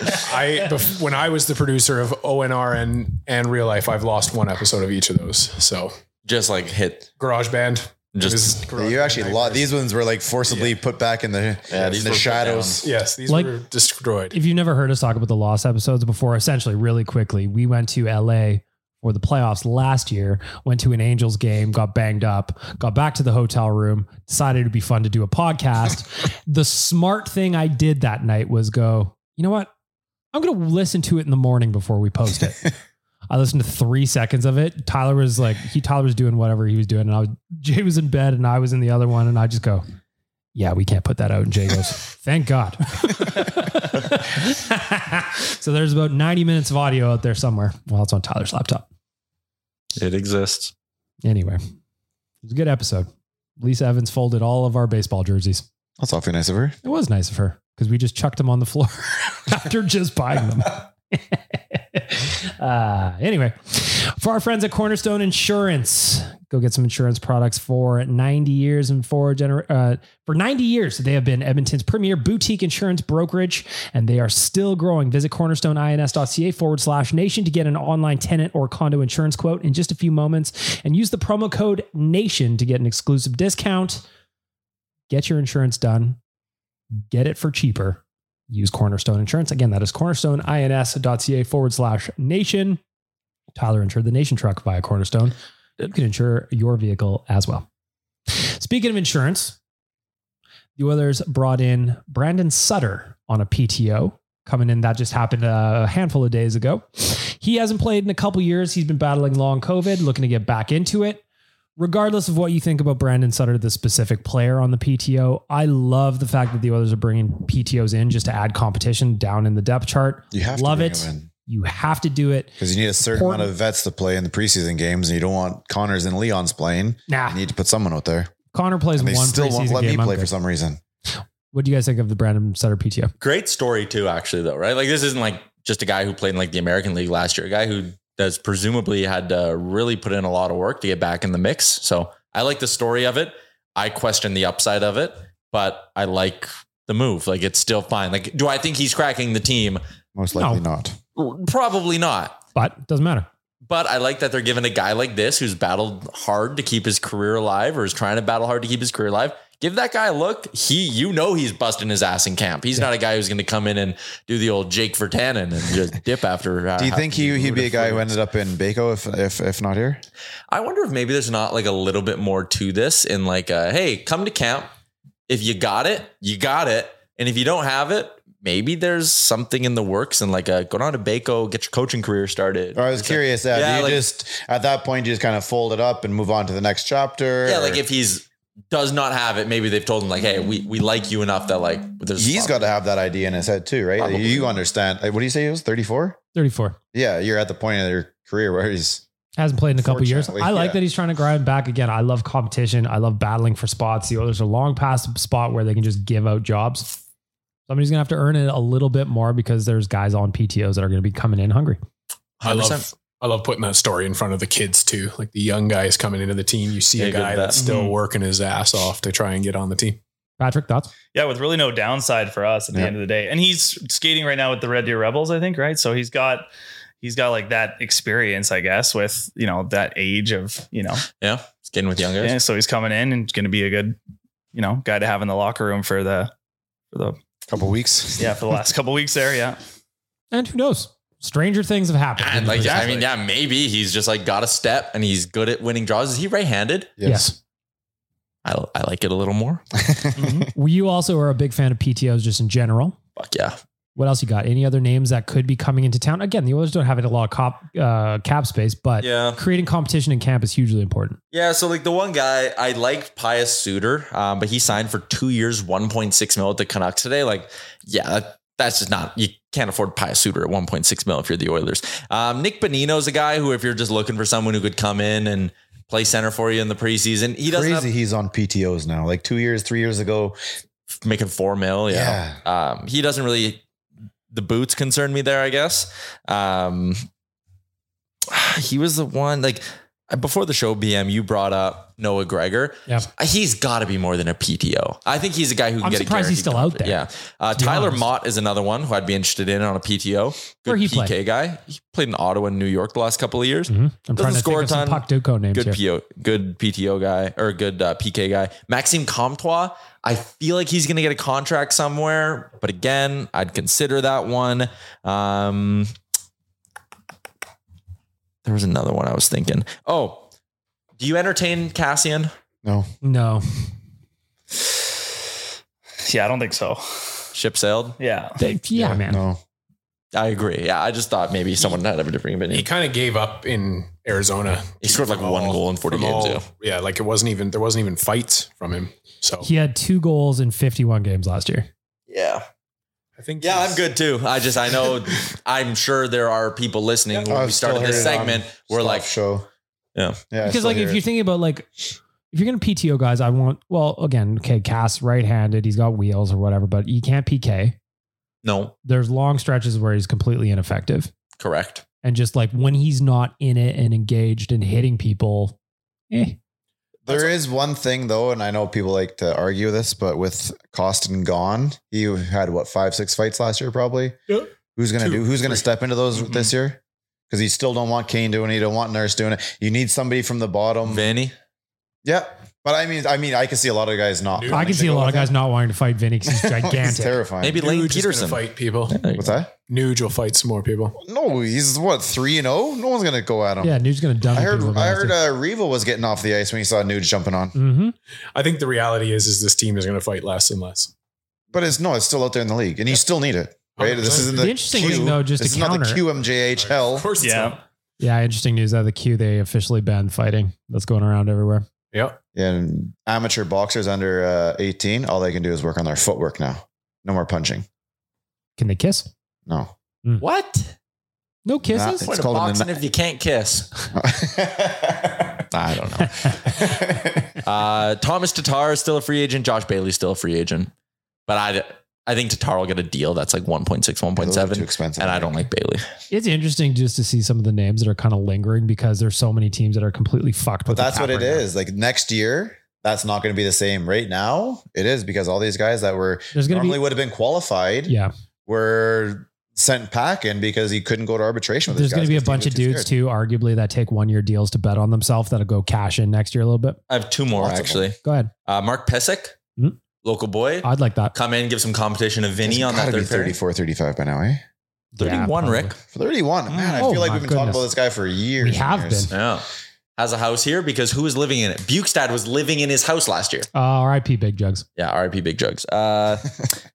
I bef- when I was the producer of ONR and and Real Life, I've lost one episode of each of those. So
just like hit.
Garage Band,
Just-
Yeah, you actually lost. These ones were like forcibly put back in the
Yeah,
in
these
the
were put
shadows.
Yes, these
Like-
were destroyed.
if you've never heard us talk about the lost episodes before, essentially, really quickly, we went to LA for the playoffs last year, went to an Angels game, got banged up, got back to the hotel room, decided it'd be fun to do a podcast. the smart thing I did that night was go, you know what? I'm going to listen to it in the morning before we post it. I listened to three seconds of it. Tyler was like, he Tyler was doing whatever he was doing, and I was Jay was in bed, and I was in the other one, and I just go, "Yeah, we can't put that out." And Jay goes, "Thank God." so there's about 90 minutes of audio out there somewhere. Well, it's on Tyler's laptop.
It exists.
Anyway, it was a good episode. Lisa Evans folded all of our baseball jerseys.
That's awfully nice of her.
It was nice of her because we just chucked them on the floor after just buying them.
(laughs)
(laughs) uh, anyway, for our friends at Cornerstone Insurance, go get some insurance products for 90 years and for gener- uh, for 90 years they have been Edmonton's premier boutique insurance brokerage, and they are still growing. Visit cornerstoneins.ca forward slash nation to get an online tenant or condo insurance quote in just a few moments, and use the promo code nation to get an exclusive discount. Get your insurance done get it for cheaper. Use Cornerstone Insurance. Again, that is cornerstoneins.ca forward slash nation. Tyler insured the nation truck via Cornerstone. You can insure your vehicle as well. Speaking of insurance, the Oilers brought in Brandon Sutter on a PTO coming in. That just happened a handful of days ago. He hasn't played in a couple years. He's been battling long COVID, looking to get back into it regardless of what you think about Brandon Sutter, the specific player on the PTO, I love the fact that the others are bringing PTOs in just to add competition down in the depth chart.
You have
love
to
it. You have to do it.
because you need a certain
Important.
amount of vets to play in the preseason games, and you don't want Connors and Leon's playing.
Nah,
You need to put someone out there,
Connor plays
and
one
they still won't
preseason
let me
game. I'm
play
good.
for some reason.
What do you guys think of the Brandon Sutter PTO?
Great story too, actually though, right? Like this isn't like just a guy who played in like the American League last year. A guy who does presumably had to really put in a lot of work to get back in the mix. So I like the story of it. I question the upside of it, but I like the move. Like it's still fine. Like, do I think he's cracking the team?
Most
No.
likely not.
Probably not.
But it doesn't matter.
But I like that they're giving a guy like this who's battled hard to keep his career alive or is trying to battle hard to keep his career alive. Give that guy a look. He, you know, he's busting his ass in camp. He's not a guy who's going to come in and do the old Jake Vertanen
(laughs)
and just dip after. uh,
Do you think he he'd be a guy who ended up in Baco if if if not here?
I wonder if maybe there's not like a little bit more to this in like, uh, hey, come to camp. If you got it, you got it. And if you don't have it, maybe there's something in the works and like a go down to Baco, get your coaching career started.
Or I was curious. Yeah,
Yeah,
do you
like-
just at that point you just kind of fold it up and move on to the next chapter.
Yeah,
or-
like if he's does not have it, maybe they've told him like, hey, we, we like you enough that like there's
he's got to have that idea in his head too, right?
Probably.
You understand? like, What do you say? He was thirty four.
34.
Yeah, you're at the point of your career where he's
Hasn't played in a couple years.
Fortunately,
I like
yeah.
that he's trying to grind back again. I love competition. I love battling for spots. The Oilers are long past the spot where they can just give out jobs. Somebody's gonna have to earn it a little bit more because there's guys on PTOs that are gonna be coming in hungry.
I
100%.
love I love putting that story in front of the kids too. Like the young guys coming into the team, you see
Yeah,
a
good
guy
bet.
that's still
Mm-hmm.
Mhm.
working his ass off to try and get on the team.
Patrick, thoughts?
Yeah, with really no downside for us at the
Yeah.
end of the day. And he's skating right now with the Red Deer Rebels, I think, right? So he's got he's got like that experience, I guess, with you know that age of you know.
yeah, it's getting with young guys.
Yeah, so he's coming in and going to be a good you know guy to have in the locker room for the for the
couple weeks.
yeah for the
(laughs)
last couple weeks there. Yeah,
And who knows? Stranger things have happened.
And like,
Exactly.
I mean, yeah, maybe he's just like got a step and he's good at winning draws. Is he right-handed?
Yes.
I, I like it a little more.
Well, you also are a big fan of PTOs just in general.
Fuck yeah.
What else you got? Any other names that could be coming into town? Again, the Oilers don't have a lot of cop, uh, cap space, but
Yeah.
creating competition in camp is hugely important.
Yeah, so like the one guy I liked Pius Suter, um, but he signed for two years, one point six mil at the Canucks today. Like, yeah, that, that's just not you can't afford Pius Suter at one point six mil if you're the Oilers. Um, Nick Bonino's a guy who, if you're just looking for someone who could come in and play center for you in the preseason, he doesn't
Crazy.
have,
he's on PTOS now. Like two years, three years ago.
making four mil. Yeah,
Yeah.
um, he doesn't really. The boots concern me there, I guess. Um, (sighs) he was the one like before the show. BM, you brought up Noah Gregor.
Yeah.
He's got to be more than a PTO. I think he's a guy who can
I'm
get
surprised
a
he's still out
guaranteed
there,
contract. Yeah. Uh,
to be
Tyler
honest.
Mott is another one who I'd be interested in on a PTO. Good
Where he
PK
played.
guy. He played in Ottawa and New York the last couple of years.
Mhm. I'm trying to
score
think
a
of some
ton.
Puck Duco names
Good
here.
PO, good PTO guy or good uh, PK guy. Maxime Comtois. I feel like he's going to get a contract somewhere, but again, I'd consider that one. Um, there was another one I was thinking. Oh, do you entertain Cassian?
No.
no,
yeah, I don't think so.
Ship sailed.
Yeah,
They- yeah, man.
No.
I agree. Yeah, I just thought maybe someone might have a different
He
opinion.
kind of gave up in Arizona.
He scored like
From
one
all-
goal in 40
from
games,
all-
yeah.
Yeah, like it wasn't even there wasn't even fights from him. So
He had two goals in 51 games last year.
Yeah,
I think
yeah,
he's-
I'm good too. I just
(laughs)
I know I'm sure there are people listening when
I've
we started
still
this
heard it
segment.
on
We're
Stop
like,
show.
Yeah.
Yeah. I
because
still
like
hear
if you're
it.
thinking about like if you're gonna PTO guys, I want well again, okay, Cass right-handed, he's got wheels or whatever, but you can't PK.
no,
There's long stretches where he's completely ineffective.
correct.
And just like when he's not in it and engaged and hitting people, eh.
There is one thing though, and I know people like to argue this, but with Costin gone, he had what five, six fights last year, probably.
Yeah.
Who's gonna
Two,
do? Who's gonna
three.
step into those this
Mm-hmm.
year? Because you still don't want Kane doing it. You don't want Nurse doing it. You need somebody from the bottom.
Vinny,
Yeah, but I mean, I mean, I can see a lot of guys not.
Dude,
I
wanting
can
to
see a
go
lot
with
of guys
him.
not wanting to fight Vinny because
(laughs)
he's
He's
gigantic.
terrifying.
maybe Lane
Nuge is gonna
Peterson.
fight people.
What's that?
Nuge will fight some more people.
No, he's what three and zero. No one's gonna go at him.
yeah, Nuge's gonna dump.
I heard.
people
I heard. Uh, Reva was getting off the ice when he saw Nuge jumping on.
mm-hmm.
I think the reality is is this team is going to fight less and less.
But it's no, it's still out there in the league, and you still need it. Right. This
100%.
isn't the,
The interesting
Q.
thing though, just
this
to
is not the
counter.
QMJHL.
Of course, it's
Yeah.
not.
Yeah, interesting news out of the queue. They officially banned fighting. That's going around everywhere.
yeah.
And amateur boxers under uh, 18, all they can do is work on their footwork now. No more punching.
Can they kiss?
No.
What?
No kisses.
It's
What a
called an (laughs)
boxing
ana-
if you can't kiss. I don't (laughs) know. Uh, Thomas Tatar is still a free agent. Josh Bailey is still a free agent. But I, I think Tatar will get a deal that's like 1.6,
Those are Too
1.7.
expensive.
And I don't like Bailey.
It's interesting just to see some of the names that are kind of lingering because there's so many teams that are completely fucked.
But
with the
that's
cap
what it
right now.
is. Like next year, that's not going to be the same. Right now, it is because all these guys that were
There's going to
normally
be
would have been qualified
yeah.
were sent packing because he couldn't go to arbitration with
There's
going to
be a bunch of dudes too, arguably that take one year deals to bet on themselves that'll go cash in next year a little bit.
I have two more
Lots of
actually.
Go ahead,
Uh, Mark Pesic,
Mhm.
local boy.
I'd like that.
Come in, give some competition to Vinny on that
Gotta be
third pair.
34, 35 by now, eh?
Yeah,
31,
probably.
Rick.
31. Man, I
Oh
feel like
my
we've been talking
goodness.
about this guy for years.
We
and (laughs)
have
years.
been.
Yeah. has a house here because who is living in it? Bukestad was living in his house last year.
Uh, RIP Big Jugs.
Yeah, RIP Big Jugs.
(laughs)
Uh,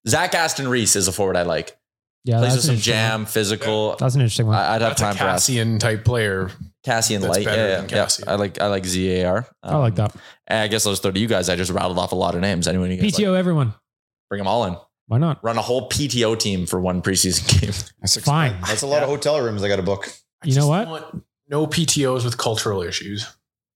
Zach Aston Reese is a forward I like.
Yeah,
Plays
that's
with
an
some
interesting
jam, physical.
one. That's an interesting one.
I- I'd have
That's a
time for Aston.
Cassian type player.
Cassian
That's
Light.
better
Yeah, yeah,
than
yeah.
Cassian.
I like I like ZAR.
I like that.
Um, And I guess those throw to you guys. I just rattled off a lot of names. Anyone you guys like,
PTO, everyone.
bring them all in.
Why not?
Run a whole PTO team for one preseason (laughs) game.
That's expensive.
Fine.
That's a lot of hotel rooms I got to book.
You know
just
what?
want no PTOs with cultural issues.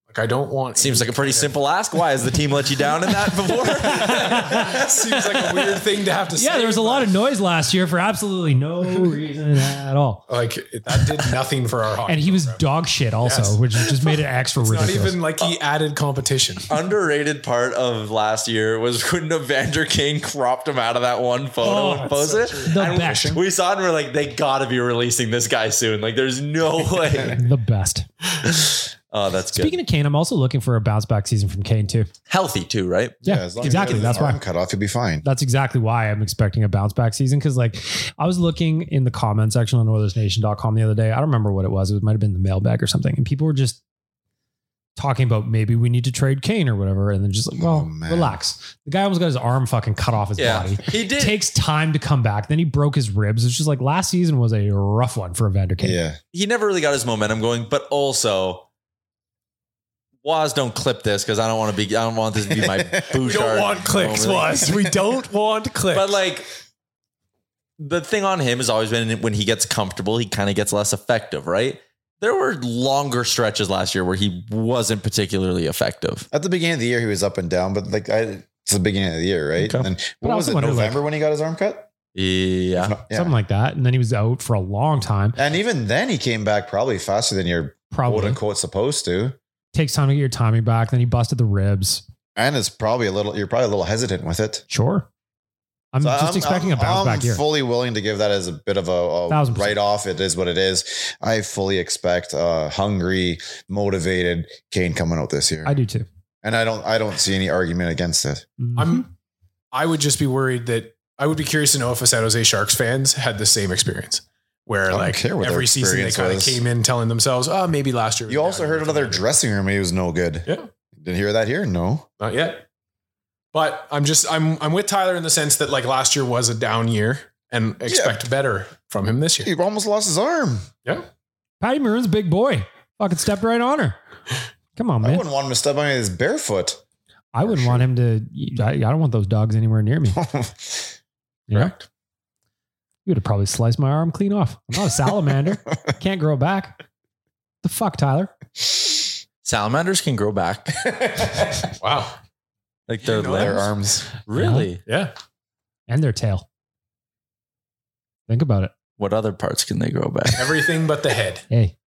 Like I don't want.
Seems like a pretty
kind
simple ask. Why has the team let you down in
(laughs)
that before?
of- (laughs) Seems like a weird thing to have to say.
Yeah, there was a lot of noise last year for absolutely no reason at all.
Like it- that did nothing for
(laughs)
our hockey.
And he was
program.
dog shit also,
Yes.
which just made it extra
It's not
ridiculous.
even like he added competition.
Underrated part of last year was (laughs) when Evander King cropped him out of that one photo
Oh,
and
that's
posted
so
it.
the
And
best.
we saw it and we're like, they gotta be releasing this guy soon. Like, there's no way.
The best.
oh, that's good.
Speaking of Kane, I'm also looking for a bounce back season from Kane too.
Healthy too, right?
Yeah,
as long as you
exactly.
get his
That's why.
arm Cut off, you'll be fine.
That's exactly why I'm expecting a bounce back season. Cause like I was looking in the comment section on OilersNation.com the other day. I don't remember what it was. It might have been the mailbag or something. And people were just talking about maybe we need to trade Kane or whatever. And then just like,
Oh,
well,
man.
relax. The guy almost got his arm fucking cut off his
Yeah.
body.
He did.
Takes time to come back. Then he broke his ribs. It's just like last season was a rough one for Evander Kane.
Yeah.
he never really got his momentum going, but also Waz don't clip this because I don't want to be I don't want this to
(laughs)
be my
We
bouchard.
don't want clicks,
moment.
was
(laughs)
we don't want clicks.
But like the thing on him has always been when he gets comfortable, he kind of gets less effective, right? There were longer stretches last year where he wasn't particularly effective.
At the beginning of the year, he was up and down, but like I, it's the beginning of the year, right?
Okay.
And then,
But I
what was
also
it?
wonder, like-
November when he got his arm cut?
Yeah.
No, yeah.
Something like that. And then he was out for a long time.
and even then, he came back probably faster than you're quote
Probably
unquote supposed to.
takes time to get your timing back. Then he busted the ribs.
And it's probably a little. You're probably a little hesitant with it.
Sure. I'm
So
just expecting a bounce
I'm
back year.
fully willing to give that as a bit of a, a
Thousand percent.
write off. It is what it is. I fully expect uh, hungry, motivated Kane coming out this year,
I do too.
and I don't. I don't see any argument against it. Mm-hmm.
I'm, I would just be worried that I would be curious to know if a San Jose Sharks fans had the same experience, where
don't
like
care what their
every season they
experience
kind of
was.
came in telling themselves, "Oh, maybe last year." was
You also
down
heard
here."
another dressing room. He was no good.
Yeah.
Didn't hear that here. No.
Not yet. But I'm just I'm I'm with Tyler in the sense that like last year was a down year and expect better from him this year.
He almost lost his arm.
Yeah.
Patty Maroon's a big boy. Fucking stepped right on her. Come on,
I
man.
wouldn't want him to step on his barefoot.
I wouldn't want him to. I, I don't want those dogs anywhere near me. You know? You would have probably sliced my arm clean off. I'm not
(laughs)
a salamander. Can't grow back. The fuck, Tyler?
Salamanders can grow back.
(laughs)
Wow.
Like their
know
limbs.
Their arms.
Really?
Yeah.
And their tail. Think about it.
What other parts can they grow
(laughs)
back?
Everything but the head.
Hey,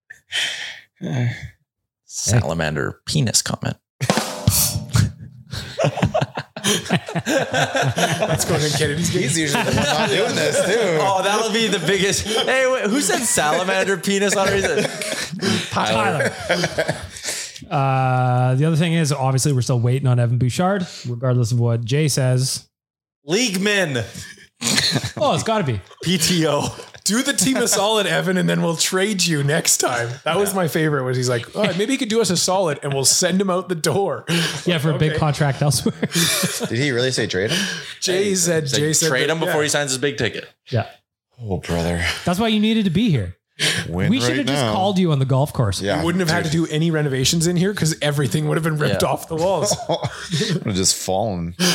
Salamander
(laughs)
penis comment.
That's going in Kennedy's
He's
gaze.
usually
(laughs)
the one not doing this Oh, too.
Oh, that'll be the biggest. Hey, wait, who said salamander penis on reason?
Tyler. Uh, the other thing is, obviously, we're still waiting on Evan Bouchard, regardless of what Jay says.
Leagueman.
Oh, it's got to be.
PTO.
Do the team a solid, Evan, and then we'll trade you next time. That was my favorite. Was he's like, all right, maybe you could do us a solid, and we'll send him out the door.
Yeah, for a big
Okay.
contract elsewhere.
Did he really say trade him?
Jay said, Jay said,
trade
that-
him before
yeah.
he signs his big ticket.
yeah.
Oh, brother.
(laughs) That's why you needed to be here.
Win
we should
right
have just
now.
called you on the golf course.
Yeah.
Wouldn't have had to do any renovations in here because everything would have been ripped
Yeah.
off the
(laughs)
walls.
Would have just fallen.
we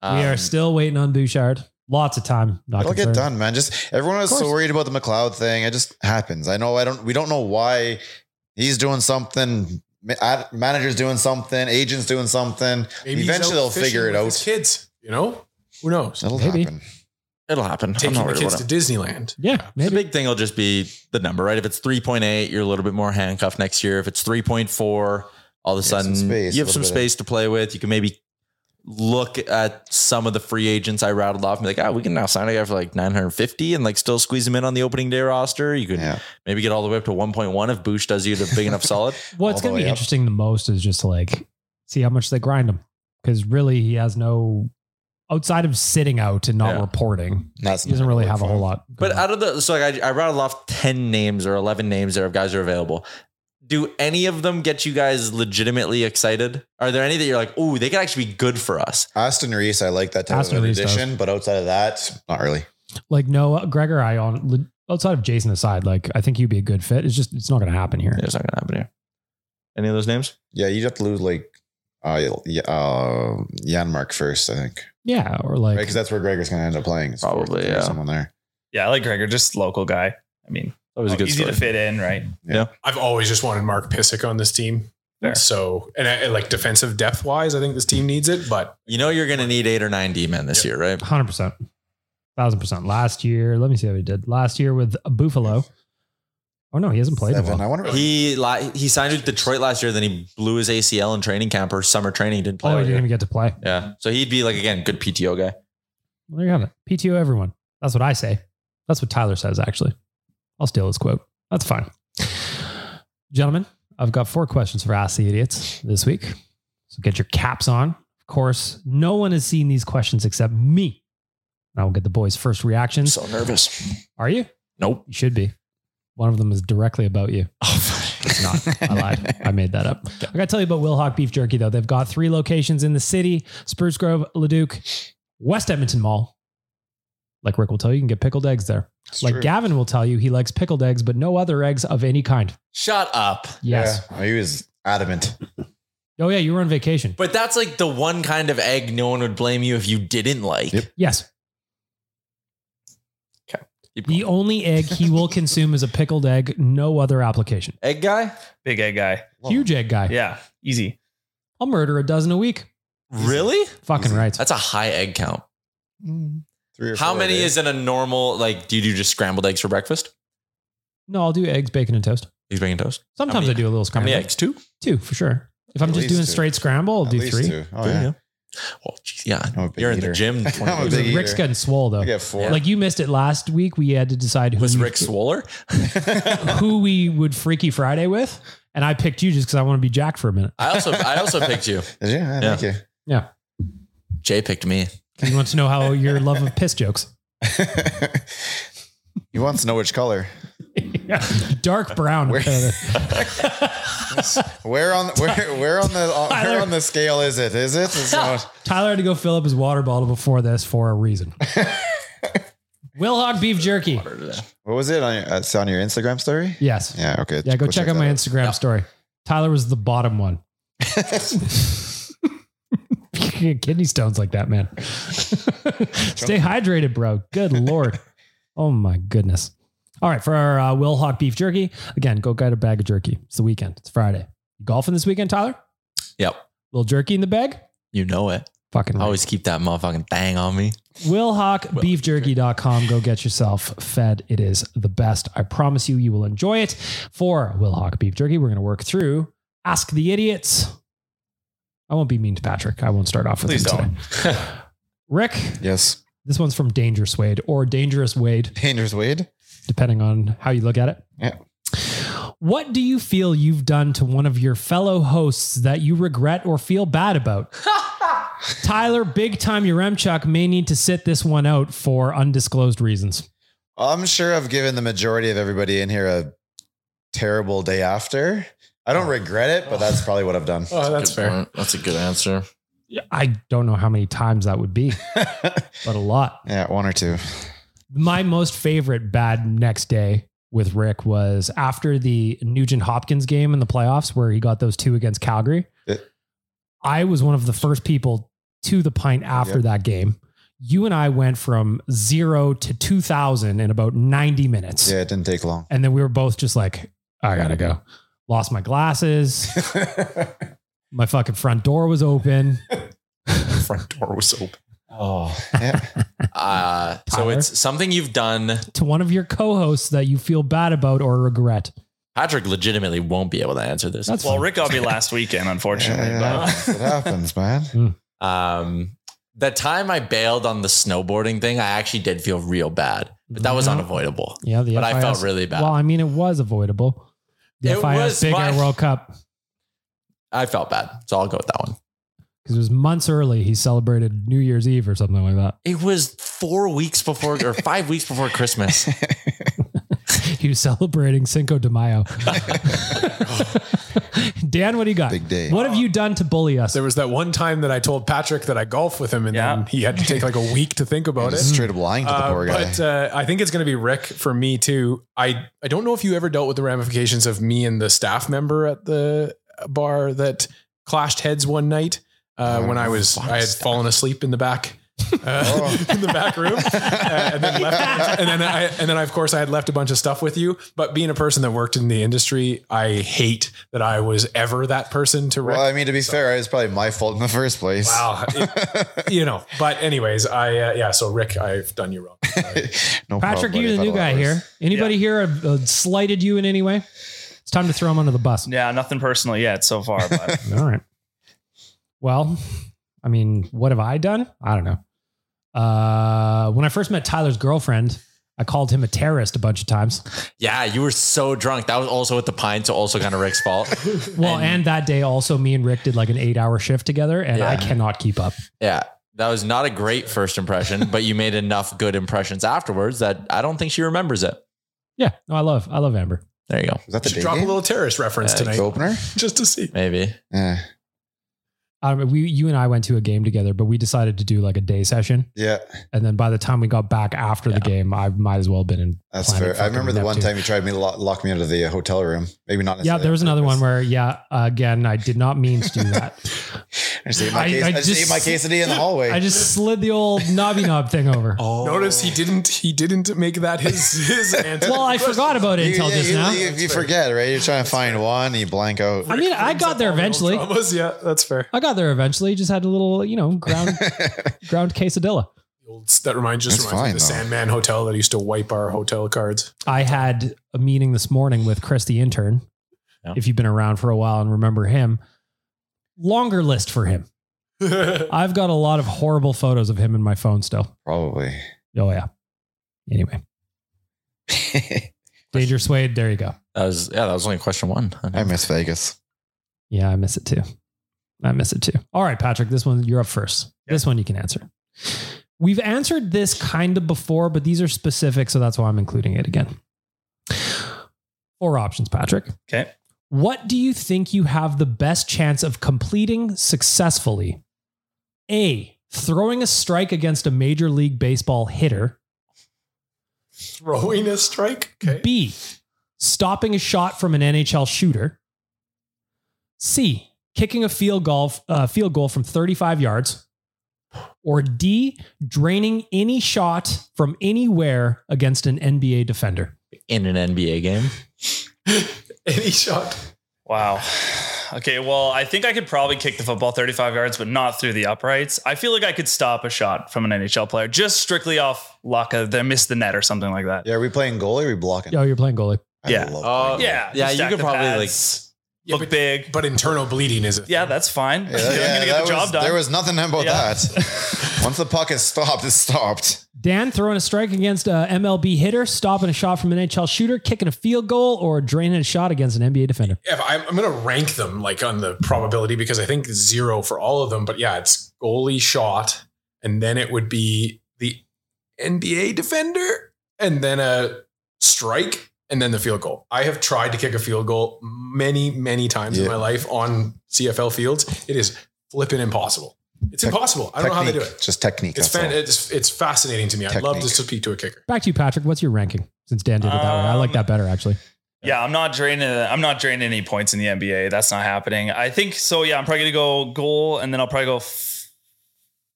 are
Um,
still waiting on Bouchard. Lots of time. Not
It'll get
concerned.
done, man. Just everyone was so
course.
worried about the McLeod thing. It just happens. I know. I don't. We don't know why he's doing something. ma- ad- Manager's doing something. Agent's doing something.
Maybe he's
Eventually,
out
they'll
fishing
figure it
with his
out.
Kids, you know, who knows?
It'll
Maybe.
happen.
It'll happen. I'm
Taking
not
the
worried
kids
about
to
it.
Disneyland.
Yeah,
The
maybe.
big thing will just be the number, right? If it's 3.8, you're a little bit more handcuffed next year. If it's 3.4,
You
all of a
have some
sudden
space,
you
a
have
little
some
bit of-
space to play with. You can maybe look at some of the free agents I rattled off and be like, oh, we can now sign a guy for like 950 and like still squeeze him in on the opening day roster. You could
Yeah.
maybe get all the way up to 1.1 if Boosh does you the big
(laughs)
enough solid.
What's
Although,
going to be
yeah.
interesting the most is just to like see how much they grind him because really he has no outside of sitting out and not
Yeah.
reporting.
That's
He doesn't
not
really
gonna
have a whole
work
lot.
uh,
But
going on.
out of the so like I, I rattled off ten names or eleven names there of guys who are available. do any of them get you guys legitimately excited? Are there any that you're like, oh, they could actually be good for us?
Austin Reese, I like that type
Austin
of an
Reese does.
addition, but outside of that, not really.
Like no, Gregor, I on le- outside of Jason aside, like I think he'd be a good fit. It's just it's not going to happen here.
It's not gonna happen here. Any of those names?
Yeah, you'd have to lose like uh, y- uh Janmark first, I think,
Yeah, or
right?
like
Because that's where Gregor's going to end up playing. is
Probably,
there's
yeah.
Someone there.
Yeah, I like Gregor, just local guy. I mean,
That was a good
Oh, easy
story.
to fit in, right?
I've always just wanted Mark Pissick on this team.
Fair.
So, and I, like defensive depth wise, I think this team needs it, but
You know you're gonna need eight or nine D men this year, right?
hundred percent, thousand percent. Last year, let me see how he did. Last year with Buffalo. Oh no, he hasn't played in a
Seven. I
while.
wonder.
He li- he signed with Detroit last year, then he blew his ACL in training camp or summer training, didn't play.
Oh,
all
he didn't
year.
even get to play.
yeah, so he'd be like again, good PTO guy.
Well, there you have it. PTO everyone. That's what I say. That's what Tyler says, actually. I'll steal his quote. That's fine. Gentlemen, I've got four questions for Ask the Idiots this week. So get your caps on. Of course, no one has seen these questions except me. I will get the boys' first reactions.
so nervous.
Are you?
Nope.
You should be. One of them is directly about you.
it's
Oh, not. I lied. I made that up. I got to tell you about Wilhock Beef Jerky, though. They've got three locations in the city Spruce Grove, Leduc, West Edmonton Mall. Like Rick will tell you, you can get pickled eggs there. like Gavin will tell you, he likes pickled eggs, but no other eggs of any kind.
Shut up.
Yes.
Yeah, he was adamant.
Oh, yeah. You were on vacation.
But that's like the one kind of egg no one would blame you if you didn't like.
Yep.
Yes.
Keep
The
going.
only egg
(laughs)
he will consume is a pickled egg, no other application.
egg guy?
(laughs) Big egg guy.
Huge egg guy.
Yeah, easy.
I'll murder a dozen a week.
Really?
Fucking right.
That's a high egg count.
Three or
How
four,
many
dude.
is in a normal like do you do just scrambled eggs for breakfast?
No, I'll do eggs, bacon, and toast.
Eggs bacon toast?
Sometimes
many-
I do a little
How
scramble.
many eggs? Two?
Two, for sure. If I'm
At
just
least
doing
two.
straight scramble, I'll
At
do
least
three.
two. Oh yeah.
Oh geez. Yeah.
I'm a big
You're in
eater.
the gym.
I'm a big eater.
Rick's getting swole though.
I get four.
Like you missed it last week. We had to decide who
Was
we-
Rick (laughs) Swoller?
who we would Freaky Friday with, and I picked you just because I want to be Jack for a minute.
I also I also picked you.
Did you? Yeah,
Yeah.
Thank you.
Jay picked me.
'Cause You want to know how your love of piss jokes,
(laughs) he wants to know which color. (laughs)
dark brown.
Where-
Uh,
Where on where where
(laughs)
on the uh, where on the scale is it? Is it? It's not-
Tyler had to go fill up his water bottle before this for a reason. Wilhog beef jerky.
what was it on your, it's on your Instagram story?
Yes.
Yeah. Okay.
Yeah. Go, check, out my
that
Instagram story. Tyler was the bottom one. (laughs) kidney stones like that, man. Stay hydrated, bro. Good lord. Oh my goodness. All right, for our uh, Will Hawk beef jerky again. Go get a bag of jerky. It's the weekend. It's Friday. You golfing this weekend, Tyler?
Yep.
Little jerky in the bag.
You know it.
Fucking
I
right.
always keep that motherfucking thing on me.
willhawkbeefjerky.com. Go get yourself fed. It is the best. I promise you, you will enjoy it. For Will Hawk Beef Jerky, we're going to work through Ask the Idiots. I won't be mean to Patrick. I won't start off with
Please
him
don't.
today. Rick,
Yes.
this one's from Danger Suede or Dangerous Wade,
Dangerous Wade.
depending on how you look at it.
Yeah.
What do you feel you've done to one of your fellow hosts that you regret or feel bad (laughs) about? Tyler, big time your Remchuck may need to sit this one out for undisclosed reasons.
I'm sure I've given the majority of everybody in here a terrible day after. I
Oh.
don't regret it, but that's probably what I've
(laughs)
done.
oh, that's fair.
That's a good answer.
I don't know how many times that would be,
(laughs)
but a lot.
yeah, one or two.
My most favorite bad next day with Rick was after the Nugent Hopkins game in the playoffs where he got those two against Calgary.
Yeah.
I was one of the first people to the pint after
Yep.
that game. You and I went from zero to 2,000 in about 90 minutes.
Yeah, it didn't take
(laughs)
long.
And then we were both just like, I gotta go. Lost my glasses. my fucking front door was open.
Front door was open.
Oh, yeah.
Uh, so
Tyler?
it's something you've done.
to one of your co-hosts that you feel bad about or regret.
Patrick legitimately won't be able to answer this.
That's
Well,
fine.
Rick got me last weekend, unfortunately.
Yeah, it happens. it happens,
(laughs)
man.
Um, the time I bailed on the snowboarding thing, I actually did feel real bad, but that was
Yeah.
unavoidable.
Yeah, the
But
FIS.
I felt really bad.
Well, I mean, it was avoidable. The
It
FIS
was
Big
my-
Air World Cup
I felt bad, so I'll go with that one.
because it was months early. He celebrated New Year's Eve or something like that. (laughs)
It was four weeks before or five weeks before Christmas.
who's celebrating Cinco de Mayo. (laughs) Dan, what do you got?
Big day.
What have you done to bully us?
There was that one time that I told Patrick that I golf with him, and
Yeah.
then he had to take like a week to think about it.
Just straight up lying to the
Uh,
poor guy.
but uh, I think it's going to be Rick for me too. I I don't know if you ever dealt with the ramifications of me and the staff member at the bar that clashed heads one night
Oh,
uh, when I was I had fallen asleep in the back.
(laughs)
Uh,
Oh.
(laughs) in the back room, Uh, and then left, and then I, and then I, of course I had left a bunch of stuff with you. But being a person that worked in the industry, I hate that I was ever that person to Rick.
well, I mean, to be fair, it was probably my fault in the first place.
Wow, It- you know. But anyways, I uh, yeah. So Rick, I've done you wrong.
No
Patrick,
problem,
you're the
buddy,
new guy
$5.
here. Anybody here have, uh, slighted you in any way? It's time to throw him under the bus.
Yeah, nothing personal yet so far,
(laughs)
but
All right. Well, I mean, what have I done? I don't know. Uh, when I first met Tyler's girlfriend, I called him a terrorist a bunch of times.
Yeah, you were so drunk. That was also with the pint, so also kind of Rick's fault.
Well, and, that day also, me and Rick did like an eight-hour shift together, and I
Yeah.
cannot keep up.
Yeah. That was not a great first impression, but you made enough good impressions afterwards that I don't think she remembers it.
Yeah, no, I love, I love Amber.
There you go.
Was that the
Should
day
drop a
game?
little terrorist reference
Yeah,
tonight,
The opener?
just to see.
Maybe.
Yeah.
Um, we, you and I went to a game together, but we decided to do like a day session,
Yeah,
and then by the time we got back after the game, I might as well have been in.
that's
Planet
fair. I remember the
fucking
one
Neptune.
time you tried to lock, lock me out of the uh, hotel room. Maybe not.
Yeah,
necessarily
there was
on
another
purpose.
one where, yeah, again, I did not mean to do that.
I just ate my,
I-
case,
I
I just
just-
ate my quesadilla in the hallway.
I just slid the old knobby knob thing over.
Notice he didn't he didn't make that his
(laughs)
his answer.
Well, I forgot about it
You-
until
yeah,
just
you,
now.
You, you forget, right? You're trying to find one, you blank out.
I mean, I got there eventually.
Traumas, yeah, that's fair.
I got there eventually. Just had a little, you know, ground ground quesadilla.
Old- That reminds just
That's
reminds me of the
fine, though.
Sandman Hotel that used to wipe our hotel cards. (laughs)
I had a meeting this morning with Chris the intern.
Yeah.
If you've been around for a while and remember him, longer list for him. I've got a lot of horrible photos of him in my phone still.
(laughs) Probably.
Oh yeah. Anyway, Danger Suede. There you go.
That was yeah, that was only question one.
(laughs) I miss Vegas.
Yeah, I miss it too. I miss it too. All right, Patrick, this one you're up first. This one you can answer. We've answered this kind of before, but these are specific, so that's why I'm including it again. Four options, Patrick.
okay.
What do you think you have the best chance of completing successfully? A, throwing a strike against a Major League Baseball hitter.
Throwing a strike. Okay.
B, stopping a shot from an NHL shooter. C, kicking a field goal, uh, field goal from 35 yards. Or D, draining any shot from anywhere against an NBA defender.
In an NBA game.
Any shot.
Wow. (sighs) Okay, well, I think I could probably kick the football 35 yards, but not through the uprights. I feel like I could stop a shot from an NHL player just strictly off luck of they missed the net or something like that.
Yeah, are we playing goalie or are we blocking?
Oh, you're playing goalie.
I
yeah.
love
Oh,
playing
(laughs) Yeah.
Yeah,
just
you
stack
could
the
probably,
pads,
Yeah,
look
but,
big.
but internal bleeding is it?
yeah, that's fine.
goalie. Yeah,
(laughs)
yeah, that
I'm gonna get the job
was-
done.
There was nothing about
Yeah. (laughs)
that. Once the puck is stopped, it's stopped.
Dan throwing a strike against a MLB hitter, stopping a shot from an NHL shooter, kicking a field goal, or draining a shot against an NBA defender.
If I'm, I'm going to rank them like on the probability because I think zero for all of them. But yeah, it's goalie shot, and then it would be the NBA defender, and then a strike, and then the field goal. I have tried to kick a field goal many, many times in
Yeah.
my life on CFL fields. It is flipping impossible. It's
Tec-
impossible. I don't know how they do
Technique.
it.
Just technique.
It's,
that's all.
fan- it's it's fascinating to me. I'd love to
Technique.
speak to a kicker.
Back to you, Patrick. What's your ranking? Since Dan did it that way, I like
Um,
that better actually.
Yeah, I'm not draining. I'm not draining any points in the NBA. That's not happening. I think so. Yeah, I'm probably gonna go goal, and then I'll probably go f-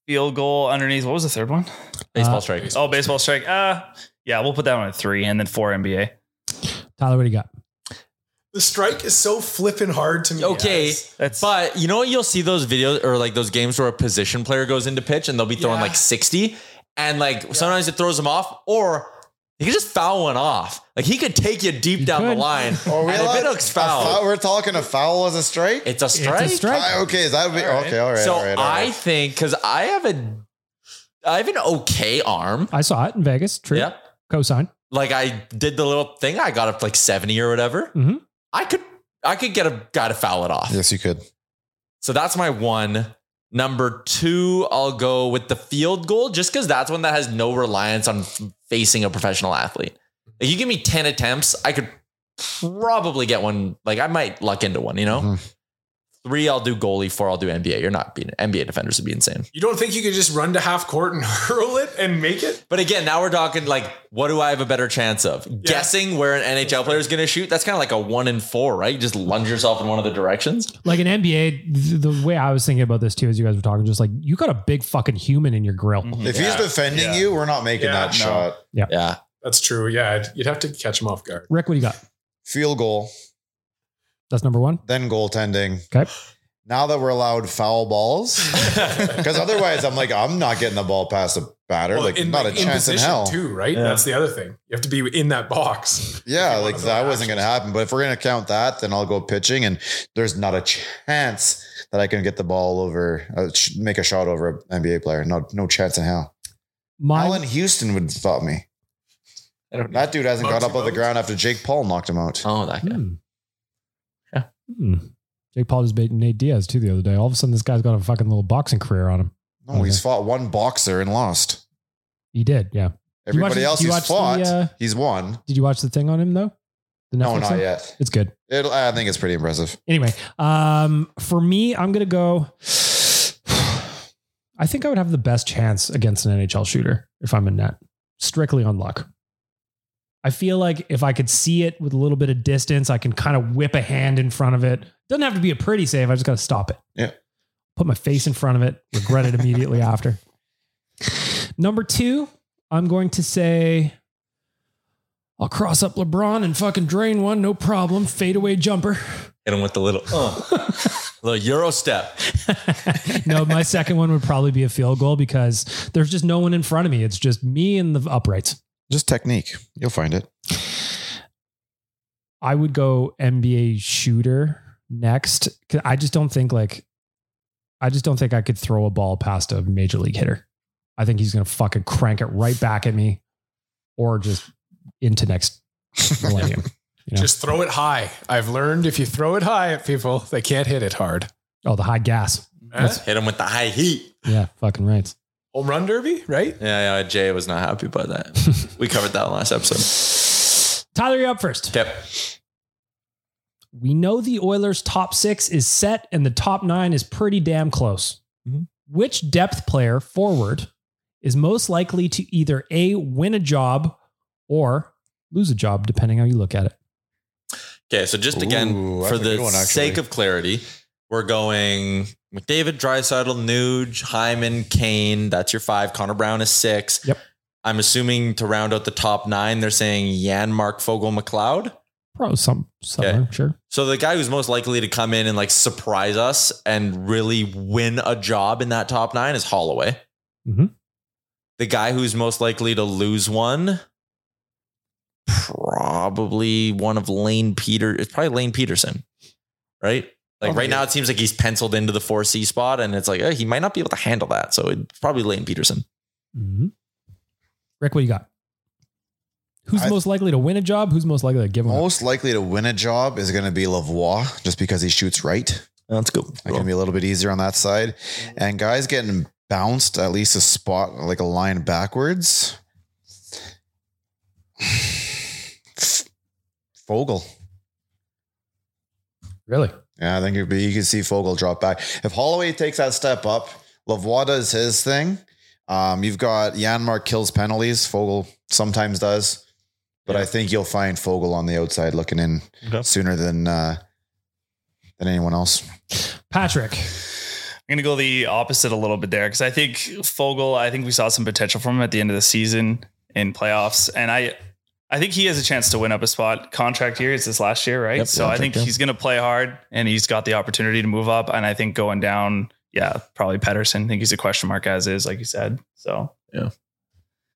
field goal underneath. What was the third one?
Baseball
Uh,
strike.
Oh, baseball strike. Uh yeah, we'll put that one at three, and then four NBA.
Tyler, what do you got?
The strike is so flipping hard to me.
Okay.
Yes.
That's
But you know what? You'll see those videos or like those games where a position player goes into pitch and they'll be throwing
Yeah.
like 60. And like sometimes it throws them off or he could just foul one off. Like he could Oh. take you deep down
could.
the (laughs) line.
Are we
and if
allowed-
it looks
a foul-
foul,
We're talking a foul as a strike?
it's a strike.
It's a strike.
Ah, okay, is that would be
All right.
okay? All right.
so
all right, all
I
right.
think because I have a, I have an okay arm.
I saw it in Vegas. True.
Yep.
Cosine.
Like I did the little thing. I got up to, like seventy or whatever.
Mhm.
I could, I could get a guy to foul it off.
Yes, you could.
So that's my one. Number two, I'll go with the field goal just because that's one that has no reliance on f- facing a professional athlete. Like you give me 10 attempts, I could probably get one. Like I might luck into one, you know?
Mm-hmm.
Three, I'll do goalie. Four, I'll do NBA. You're not being NBA defenders would be insane.
You don't think you could just run to half court and (laughs) hurl it and make it?
But again, now we're talking like, what do I have a better chance of? Guessing where an NHL player is going to shoot? That's kind of like a one in four, right? You just lunge yourself in one of the directions.
Like an NBA, th- the way I was thinking about this too, as you guys were talking, just like you got a big fucking human in your grill.
Mm-hmm.
If he's defending you, we're not making
Yeah,
that
no.
shot.
Yeah. (laughs)
That's true. Yeah, I'd- you'd have to catch him off guard.
Rick, what do you got?
Field goal,
That's number one.
then goaltending.
Okay.
Now that we're allowed foul balls, because otherwise I'm like, I'm not getting the ball past the batter.
Well,
like, not
like,
a chance in
position
hell.
too, right?
Yeah.
That's the other thing. You have to be in that box.
Yeah,
you
like
wanna go
that wasn't
actions.
going to happen. But if we're going to count that, then I'll go pitching, and there's not a chance that I can get the ball over, uh, sh- make a shot over an NBA player. No, no chance in hell.
Mine,
Allen Houston would stop me.
I don't
That dude hasn't got
Bugsy
up off the
Bogues?
ground after Jake Paul knocked him out.
Oh, that guy.
Hmm.
Yeah.
Hmm. Jake Paul just beat Nate Diaz too the other day. All of a sudden, this guy's got a fucking little boxing career on him.
No, he's fought one boxer and lost.
He did, yeah. you watch
Everybody
the-
else
do you
he's
watch
fought,
the, uh,
he's won.
Did you watch the thing on him though? The
No,
Netflix
not
thing?
yet.
It's good.
It'll, I think it's pretty impressive.
Anyway, um, for me, I'm gonna go. I think I would have the best chance against an NHL shooter if I'm in net, strictly on luck. I feel like if I could see it with a little bit of distance, I can kind of whip a hand in front of it. Doesn't have to be a pretty save. I just got to stop it.
Yeah.
Put my face in front of it. Regret it immediately after. Number two, I'm going to say I'll cross up LeBron and fucking drain one, no problem. Fadeaway jumper.
Hit him with the little,
Uh.
oh, (laughs) little Euro step.
(laughs) no, my second one would probably be a field goal because there's just no one in front of me. It's just me and the uprights.
Just technique. You'll find it.
I would go NBA shooter next. 'Cause I just don't think like I just don't think I could throw a ball past a major league hitter. I think he's gonna fucking crank it right back at me or just into next
(laughs)
millennium. Yeah.
Just throw it high. I've learned if you throw it high at people, they can't hit it hard.
oh, the high gas.
That's
Hit him with the high heat.
Yeah, fucking right.
home run derby, right?
Yeah, yeah. Jay was not happy by
(laughs)
that. we covered that last episode.
Tyler, you're up first.
Tip.
we know the Oilers' top six is set and the top nine is pretty damn close.
Mhm.
Which depth player forward is most likely to either A, win a job or lose a job, depending how you look at it?
Okay, so just again
Ooh, that's
for
a
the
good one, actually.
sake of clarity, we're going McDavid, Drysaddle, Nuge, Hyman, Kane. That's your five. Connor Brown is six.
Yep.
I'm assuming to round out the top nine, they're saying Yan, Mark Fogel, McLeod.
Probably some, somewhere, sure.
So the guy who's most likely to come in and like surprise us and really win a job in that top nine is Holloway.
Mm-hmm.
Mhm.
The guy who's most likely to lose one, probably one of Lane Peter. It's probably Lane Peterson, right? Like right now, it seems like he's penciled into the four C spot, and it's like eh, he might not be able to handle that. So it's probably Lane Peterson.
Mhm. Rick, what do you got? Who's
I- Oh.
most likely to win a job? Who's most likely to give one? up?
Most likely to win a job is going to be Lavoie just because he shoots right.
That's good.
I can be a little bit easier on that side. And guys getting bounced at least a spot, like a line backwards. (sighs) Fogel.
Really?
Yeah, I think it'd be, you can see Fogel drop back. If Holloway takes that step up, Lavoie does his thing. Um, you've got Yanmark kills penalties. Fogel sometimes does. But I think you'll find Fogel on the outside looking in sooner than uh, than anyone else.
Patrick.
I'm going to go the opposite a little bit there because I think Fogel, I think we saw some potential from him at the end of the season in playoffs. And I, I think he has a chance to win up a spot contract year. It's this last year, right?
Yep,
so I
contract,
think
yeah.
he's going to play hard and he's got the opportunity to move up. And I think going down, yeah, probably Pedersen. I think he's a question mark as is, like you said. So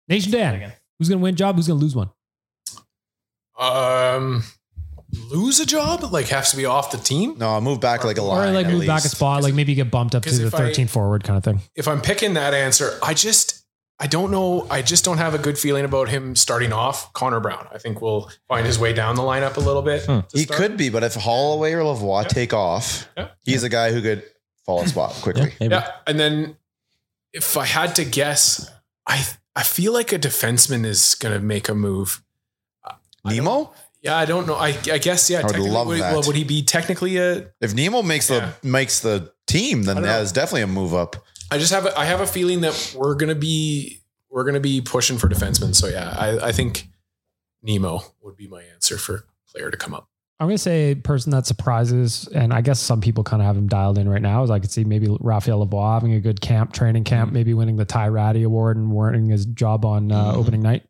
Nation Dan.
Again.
Who's going to win a job? Who's going to lose one?
Um, lose a job? Like, has to be off the team?
No, move back like a line.
or like
at
move back a
least.
spot, like maybe get bumped up to
'cause
the
if I-
13th forward kind of thing.
If I'm picking that answer, I just, I don't know. I just don't have a good feeling about him starting off Connor Brown. I think we'll find his way down the lineup a little bit. to
Hmm. He
start.
could be, but if Holloway or Lavoie take off,
Yeah.
he's a guy who could fall a spot quickly.
Yeah, and then if I had to guess, I I feel like a defenseman is going to make a move. I-
Nemo?
Yeah, I don't know. I, I guess yeah.
would
technically,
love
would, he-
that.
well, would he be technically a?
If Nemo makes
Yeah.
the makes the team,
I
then
don't
that
know.
is definitely a move up.
I just have a, I have a feeling that we're gonna be we're gonna be pushing for defensemen. So yeah, I, I think Nemo would be my answer for player to come up.
I'm going to say person that surprises, and I guess some people kind of have him dialed in right now. Is I could see maybe Raphael Lavoie having a good camp, training
Mm-hmm.
camp, maybe winning the Ty Ratty Award and winning his job on
Mm-hmm.
uh, opening night.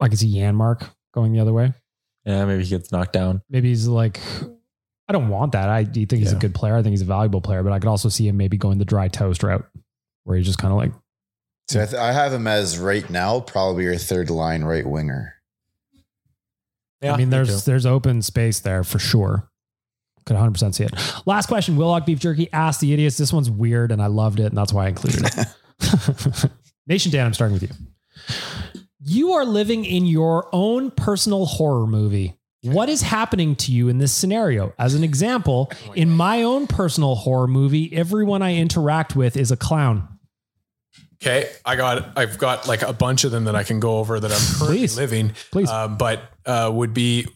I could see Yanmark going the other way.
Yeah, maybe he gets knocked down.
Maybe he's like, I don't want that. I do think he's a
Yeah.
good player. I think he's a valuable player, but I could also see him maybe going the dry toast route where he's just kind of like,
So I, th- I have him as right now probably your third line right winger.
I mean,
me
there's
too.
there's open space there for sure. Could 100% see it. Last question Willock Beef Jerky asked the idiots. This one's weird and I loved it, and that's why I included it. Nation Dan, I'm starting with you. You are living in your own personal horror movie. What is happening to you in this scenario? As
(laughs)
an example,
Oh
in my own personal horror movie, everyone I interact with is a clown.
okay. I got I've got like a bunch of them that I can go over that I'm currently
Please.
living.
Please.
um, but uh, would be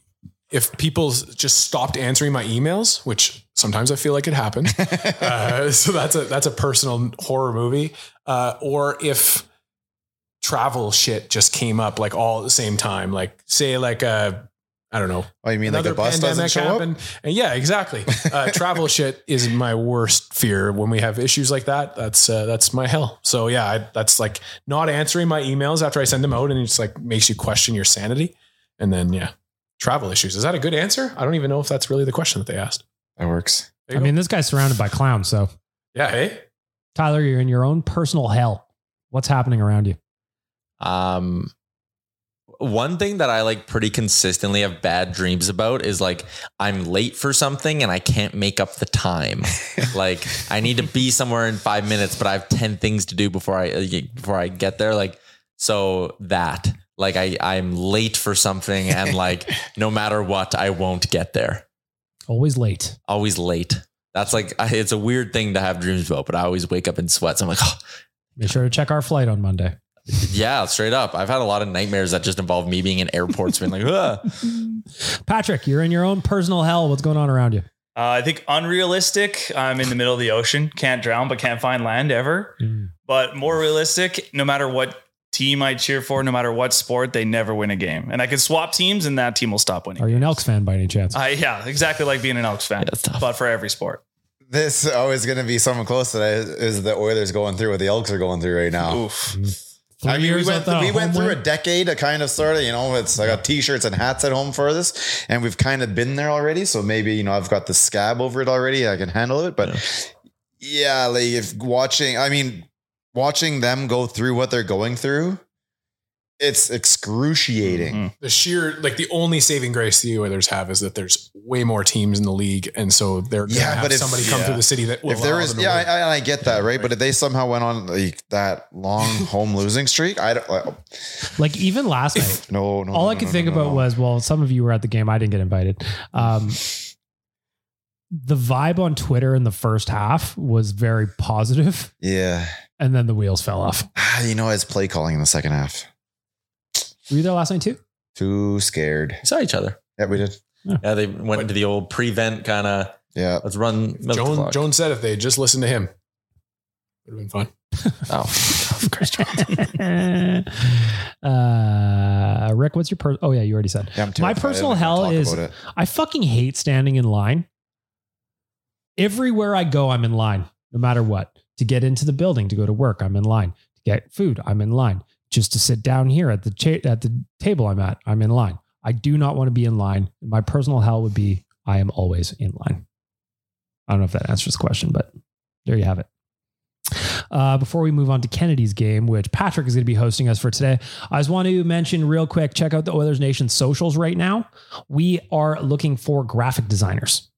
if people s- just stopped answering my emails, which sometimes I feel like it
(laughs)
happens. uh, so that's a that's a personal horror movie. Uh, or if travel shit just came up like all at the same time, like say like uh, I don't know,
Oh, you mean like the bus doesn't show up?
And
(laughs)
yeah, exactly. Uh, travel shit is my worst fear. When we have issues like that, that's uh, that's my hell. So yeah, I, that's like not answering my emails after I send them out, and it's like makes you question your sanity. And then yeah, travel issues. Is that a good answer? I don't even know if that's really the question that they asked.
That works.
There
I
you go.
mean, this guy's surrounded by clowns. So,
yeah, hey,
Tyler, you're in your own personal hell. What's happening around you?
Um, one thing that I like pretty consistently have bad dreams about is like I'm late for something and I can't make up the time. like I need to be somewhere in five minutes, but I have ten things to do before I uh, before I get there. Like so that like I I'm late for something and like no matter what I won't get there.
Always late.
Always late. That's like I, it's a weird thing to have dreams about, but I always wake up in sweats. I'm like, oh,
Make sure to check our flight on Monday.
yeah, straight up. I've had a lot of nightmares that just involve me being in airports, being like, Ugh.
Patrick, you're in your own personal hell. What's going on around you?
Uh, I think unrealistic. I'm in the middle of the ocean, can't drown, but can't find land ever.
Mm.
But more realistic, no matter what team I cheer for, no matter what sport, they never win a game. And I can swap teams, and that team will stop winning.
Are you an Elks fan by any chance?
I yeah, exactly like being an Elks fan,
Yeah, it's tough.
but for every sport.
This oh, is going to be someone close to that is the Oilers going through what the Elks are going through right now.
Oof.
I
Three
mean, we
years
went,
without
we
a
went
home
through a
win?
decade, a kind of sort of, you know, it's I got t-shirts and hats at home for this, and we've kind of been there already. So maybe you know I've got the scab over it already. I can handle it, but yeah, like if watching, I mean, watching them go through what they're going through, it's excruciating.
Mm-hmm.
Mhm.
the sheer like the only saving grace the Oilers have is that there's way more teams in the league, and so they're gonna
Yeah,
have
but if-
somebody come
yeah.
through the city that will
if there
allow
is,
them to
yeah, I,
win.
I, I get that,
Yeah,
right?
right.
But if they somehow went on like that long home losing streak, I don't. Like,
Like
(laughs)
even last night,
no, no.
all
no,
I could
no,
think
no,
about
no.
was, well, some of you were at the game. I didn't get invited. Um, the vibe on Twitter in the first half was very positive,
yeah.
and then the wheels fell off.
Ah, (sighs) You know, it's play calling in the second half.
Were you there last night too?
Too scared.
We saw each other.
Yeah, we did.
Yeah, they went into the old prevent kind of
Yeah.
let's run. milk the
Joan,
clock.
Joan said if they just listened to him, would have been fun.
Oh,
uh, Rick, what's your per? Oh yeah, you already said.
Yeah, I'm
My
terrified.
personal
I didn't
hell
talk
is-
about it.
I fucking hate standing in line. Everywhere I go, I'm in line, no matter what. To get into the building, to go to work, I'm in line. To get food, I'm in line. Just to sit down here at the cha- at the table I'm at, I'm in line. I do not want to be in line. My personal hell would be I am always in line. I don't know if that answers the question, but there you have it. Uh, before we move on to Kennedy's game, which Patrick is going to be hosting us for today, I just want to mention real quick check out the Oilers Nation socials right now we are looking for graphic designers.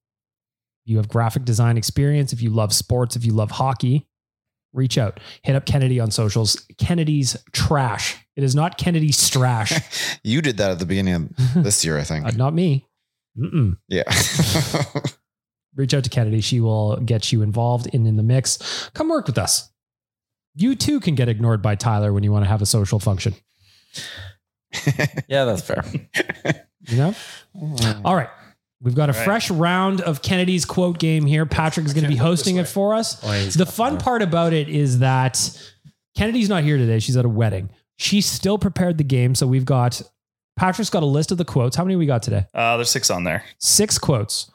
You have graphic design experience. If you love sports, if you love hockey, reach out. Hit up Kennedy on socials. Kennedy's trash. It is not Kennedy's strash.
You did that at the beginning
(laughs)
of this year, I think.
Uh, not me. Mm-mm.
yeah. (laughs)
Reach out to Kennedy. She will get you involved and in the mix. Come work
(laughs)
with us. You too can get ignored by Tyler when you want to have a social function.
Yeah, that's fair.
You know? (laughs) All right. We've got a fresh round of Kennedy's quote game here. Patrick's going to be hosting it for us. the fun part about it is that Kennedy's not here today. She's at a wedding. She still prepared the game. So we've got, Patrick's got a list of the quotes. How many we got today?
Uh, there's six on there.
Six quotes.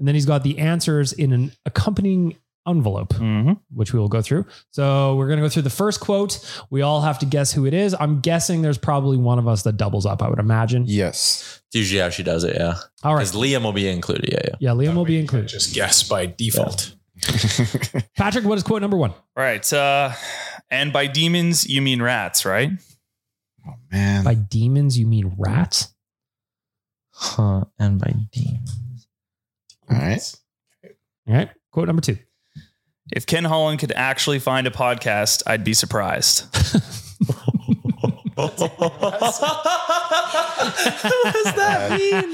And then he's got the answers in an accompanying envelope
Mm-hmm.
which we will go through. So we're going to go through the first quote. We all have to guess who it is. I'm guessing there's probably one of us that doubles up, I would imagine.
Yes.
It's usually how she does it. Yeah.
All right.
Because Liam will be included. Yeah. Yeah.
Yeah, Liam will be
You can't
included.
Just guess by default.
Patrick, what is quote number one?
Right. Uh, and by demons, you mean rats, right?
Oh man.
By demons, you mean rats?
Huh. And by D.
All right.
All right. Quote number two.
If Ken Holland could actually find a podcast, I'd be surprised.
(laughs)
what does (laughs) that mean?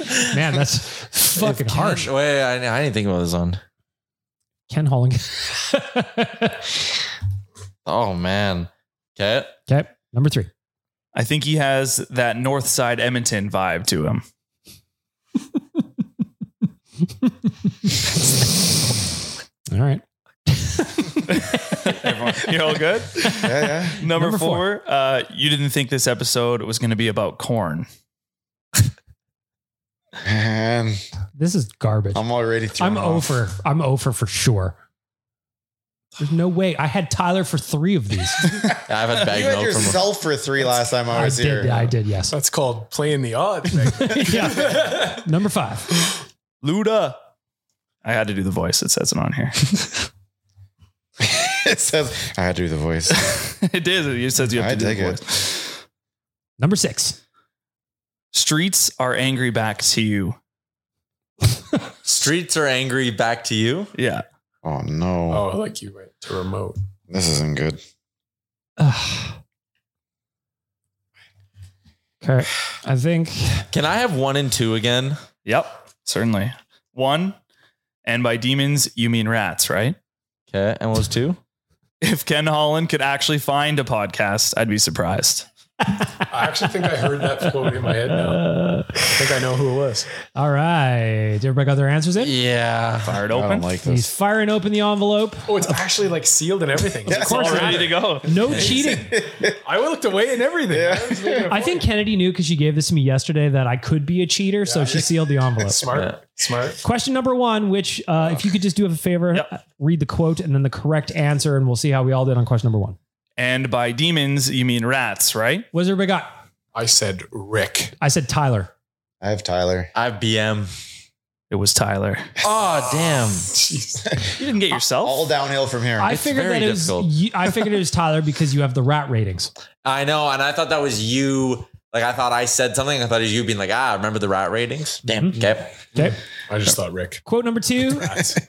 (laughs)
Man, that's fucking harsh.
Wait, I, I didn't think about this one.
Ken Holling. (laughs)
Oh man. Okay.
okay. Number three.
I think he has that North Side Edmonton vibe to him.
All right.
Everyone, you're
(laughs)
all good.
Yeah, yeah.
Number,
Number
four,
four.
Uh, you didn't think this episode was going to be about corn.
Man,
This is garbage.
I'm already
I'm
thrown off.
over. I'm over for sure. There's no way. I had Tyler for three
(laughs)
of these.
I've had
You
bag
had
milk from.
yourself for three last time I
I
was here.
did. I did. Yes.
That's called playing the odds.
yeah. Number five.
Luda. I had to do the voice. It says it on here.
(laughs)
(laughs)
it says I had to do the
(laughs)
voice.
it is. It says you have to
I
do
dig
the
it.
voice.
(laughs) Number six.
Streets are angry back to you.
Streets are angry. Back to you.
Yeah.
Oh no,
Oh, like you went to remote.
this isn't good.
Okay. I think
Can I have one and two again?
Yep. Certainly. One. And by demons, you mean rats, right?
Okay. And what was two?
If Ken Holland could actually find a podcast, I'd be surprised.
I actually think I heard that quote in my head now. I think I know who it was.
all right. Everybody got their answers in?
Yeah.
Fired
I don't
open.
like
He's
this.
firing open the envelope.
Oh, it's actually like sealed and everything.
Yeah.
It's all ready to go.
No cheating.
I looked away and everything. I was making a
I think Kennedy knew because she gave this to me yesterday that I could be a cheater, so she sealed the envelope.
Smart, smart.
Question number one, which uh, if you could just do a favor,
Yep.
uh, read the quote and then the correct answer, and we'll see how we all did on question number one.
And by demons, you mean rats, right?
What's everybody got?
I said Rick.
I said Tyler.
I have Tyler.
I have BM.
It was Tyler.
Oh damn.
You didn't get yourself.
Uh, All downhill from here.
I
It's
figured
very
that it was.
difficult.
You, I figured it was Tyler because you have the rat ratings.
I know, and I thought that was you. Like I thought I said something. I thought it was you being like, ah, remember the rat ratings? Damn. Okay.
Okay.
I just thought Rick.
Quote number two.
(laughs)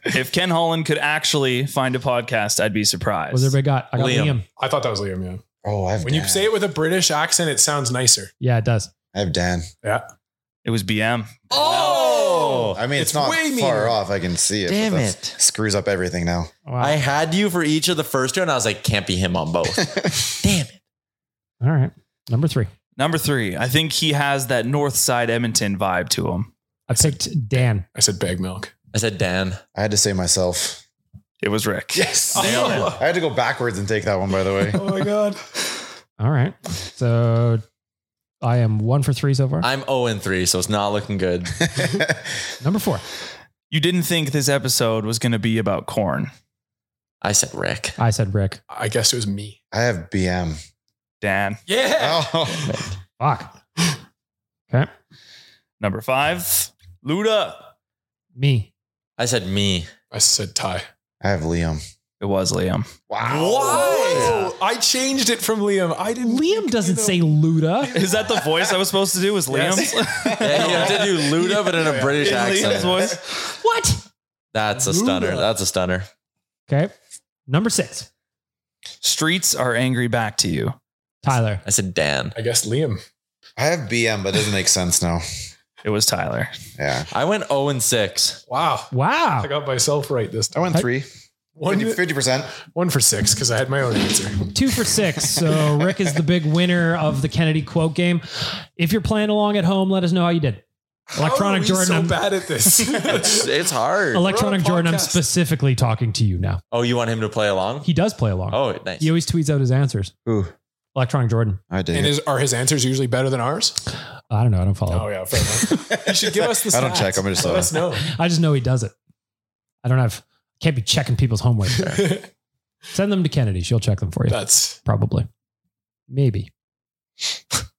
if Ken Holland could actually find a podcast, I'd be surprised.
What's everybody got? I got
Liam.
Liam.
I thought that was Liam. Yeah.
oh, I have
When you
Dan.
say it with a British accent, it sounds nicer.
Yeah, it does.
I have Dan.
Yeah.
it was BM.
Oh,
I mean, it's,
It's
not
way
far
meaner.
off. I can see it. but
Damn
that's-
it.
Screws up everything now.
Wow.
I had you for each of the first two, and I was like, can't be him on both. Damn it.
All right. Number three.
Number three, I think he has that North Side Edmonton vibe to him.
I picked Dan.
I said bag milk.
I said
(laughs)
Dan.
I had to say myself.
It was Rick.
Yes. I had to go backwards and take that one, by the way.
Oh my god.
(laughs) All right. So I am one for three so far.
I'm 0 and 3, so it's not looking
(laughs)
good.
(laughs)
Number four.
You didn't think this episode was going to be about corn.
I said Rick.
I said Rick.
I guess it was me.
I have BM.
Dan.
Yeah.
Oh,
Fuck. Okay.
Number five, Luda.
Me.
I said me.
I said Ty.
I have Liam.
It was Liam.
Wow.
Why? I changed it from Liam. I didn't.
Liam doesn't say Luda.
Is
(laughs)
that the voice I was supposed to do?
(laughs)
Was Liam's? (laughs)
Yeah, you have to do Luda, but in a British
Liam's
accent.
voice.
What?
That's a stunner. That's a stunner.
Okay. Number six.
Streets are angry back to you.
Tyler.
I said Dan.
I guess Liam.
I have BM, but it doesn't make sense now.
It was Tyler.
Yeah.
I went 0 and 6.
Wow. I
Wow.
got myself right this
I
time.
went three.
One,
50 percent.
one for six because I had my own answer.
two for six. So Rick is the big winner of the Kennedy quote game. If you're playing along at home, let us know how you did. Electronic
How are we
Jordan,
so
I'm-
bad at
(laughs)
this.
(laughs) It's, it's hard.
We're
Electronic
on a
Jordan, I'm
podcast.
specifically talking to you now.
Oh, you want him to play along?
He does play along.
Oh, nice.
He always tweets out his answers.
Ooh,
Electronic Jordan.
I did.
and is, are his answers usually better than ours?
I don't know. I don't follow.
Oh yeah, fair
(laughs)
enough. you should give us the.
I don't
stats.
check, I'm just-
let us know.
I just know he does it. I don't have. Can't be checking people's homework.
(laughs)
Send them to Kennedy. She'll check them for you.
That's
Probably. Maybe.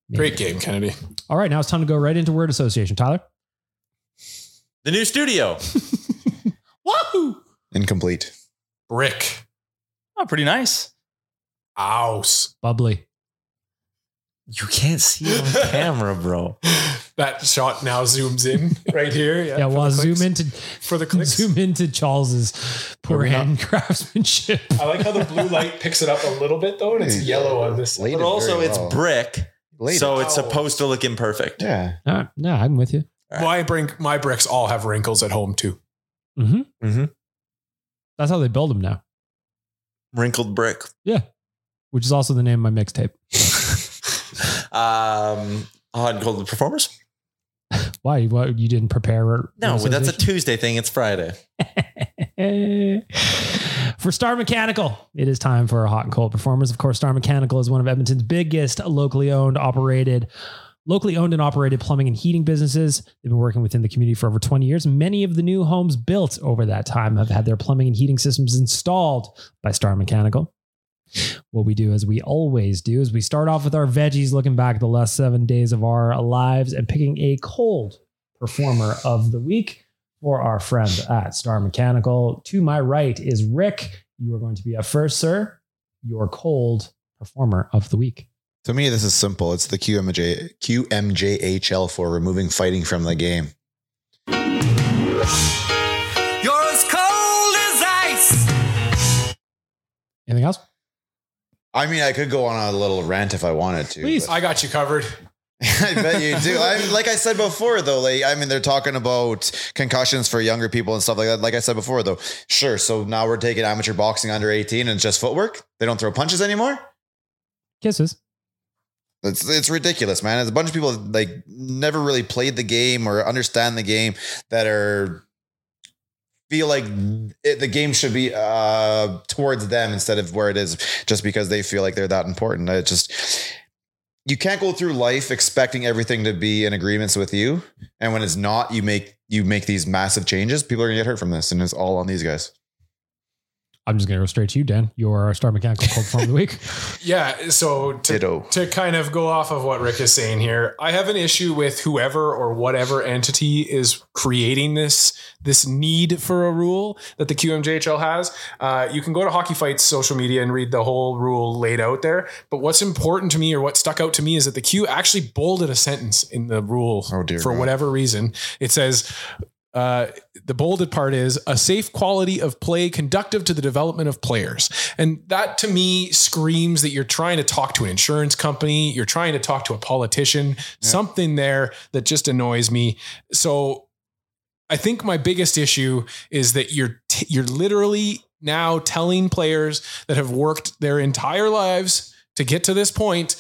Maybe.
great game, Kennedy.
All right, now it's time to go right into word association. Tyler,
The new studio.
Wahoo!
Incomplete.
Brick
Oh, pretty nice.
house. (laughs)
bubbly.
You can't see it (laughs) on camera, bro.
That shot now zooms in (laughs) right here. Yeah,
Yeah,
for
well,
the
zoom
clicks.
into
for the clicks.
zoom into Charles's poor hand craftsmanship.
I like how the blue light picks it up a little bit though, and it's yellow on this.
Laid
But
it
also,
very
it's
well.
brick,
Laid
so
it.
it's
Oh.
supposed to look imperfect.
yeah.
All right, no, I'm with you.
My brink, my bricks all have wrinkles at home too.
Mm-hmm.
Mhm.
That's how they build them now,
Wrinkled brick.
which is also the name of my mixtape.
(laughs) um, hot and cold performers.
(laughs) Why? Why you didn't prepare? word
No, that's a
association?
Tuesday thing. It's Friday.
for Star Mechanical, it is time for our hot and cold performers. Of course, Star Mechanical is one of Edmonton's biggest locally owned, operated, locally owned and operated plumbing and heating businesses. They've been working within the community for over 20 years. Many of the new homes built over that time have had their plumbing and heating systems installed by Star Mechanical. What we do, as we always do, is we start off with our veggies, looking back at the last seven days of our lives and picking a cold performer of the week for our friend at Star Mechanical. To my right is Rick. You are going to be up first, sir. Your cold performer of the week.
To me, this is simple. It's the QMJ QMJHL for removing fighting from the game.
You're as cold as ice.
Anything else?
I mean, I could go on a little rant if I wanted to.
Please.
but- (laughs)
I got you covered.
I bet you do. I, like I said before, though, like I mean, they're talking about concussions for younger people and stuff like that. Like I said before, though, sure. So now we're taking amateur boxing under eighteen and it's just footwork. They don't throw punches anymore.
Kisses.
It's it's ridiculous, man. There's a bunch of people that, like never really played the game or understand the game that are feel like it, the game should be uh towards them instead of where it is just because they feel like they're that important. It just you can't go through life expecting everything to be in agreements with you, and when it's not, you make you make these massive changes. People are gonna get hurt from this, and it's all on these guys.
I'm just going to go straight to you, Dan. You are our Star Mechanical cold performer of the week.
Yeah. So to
Ditto.
to kind of go off of what Rick is saying here, I have an issue with whoever or whatever entity is creating this this need for a rule that the QMJHL has. Uh, you can go to Hockey Fight's social media and read the whole rule laid out there. But what's important to me or what stuck out to me is that the Q actually bolded a sentence in the rule
Oh, dear
for
God.
whatever reason. It says. Uh, the bolded part is a safe quality of play conductive to the development of players. And that to me screams that you're trying to talk to an insurance company, you're trying to talk to a politician, something there that just annoys me. So I think my biggest issue is that you're t- you're literally now telling players that have worked their entire lives to get to this point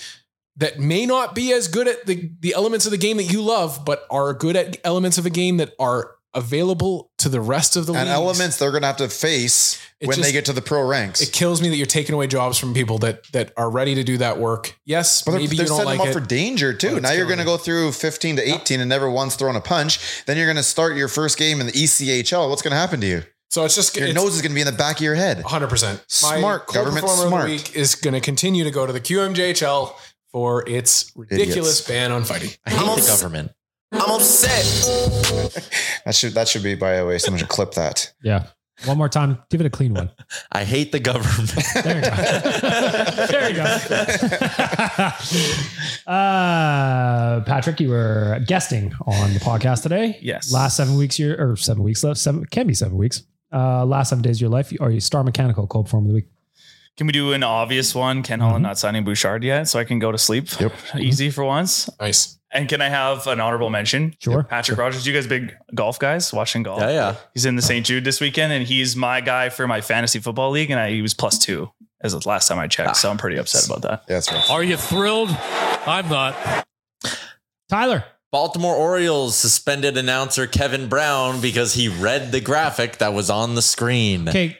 that may not be as good at the, the elements of the game that you love, but are good at elements of a game that are available to the rest of the
And
leagues.
elements they're gonna have to face
It
when they
just-
get to the pro ranks.
It kills me that you're taking away jobs from people that that are ready to do that work. Yes,
But they're,
maybe
they're
you don't
setting
like
them up
it.
for danger
But
too.
it's
Now you're going to
killing
go through 15 to 18 and never once thrown a punch. Then you're going to start your first game in the E ECHL. What's going to happen to you?
so it's just
Your
it's,
nose is going to be in the back of your head.
100%.
Smart,
cold
government,
performer of the
smart.
week is going to continue to go to the QMJHL for its ridiculous ban on fighting.
I hate the
Almost-
government.
I'm upset.
That should that should be by the way. Someone should clip that.
Yeah. One more time. Give it a clean one.
I hate the government.
There you go. there you go. uh, Patrick, you were guesting on the podcast today.
Yes.
Last seven weeks, your or seven weeks left. Seven can be seven weeks. Uh, last seven days of your life. Are you Star Mechanical cold form of the week?
Can we
Mm-hmm.
do an obvious one? Ken Holland not signing Bouchard yet, so I can go to sleep. Yep. (laughs) Easy for once.
Nice.
And can I have an honorable mention?
Sure.
Patrick Rogers, you guys big golf guys watching
(laughs)
golf.
Yeah, yeah.
He's in the St. Jude this weekend, and he's my guy for my fantasy football league, and I, he was plus two as the last time I checked. so I'm pretty
Ah,
upset about that.
Yeah, that's right.
Are you thrilled? I'm not.
Tyler.
Baltimore Orioles suspended announcer Kevin Brown because he read the graphic that was on the screen.
Okay.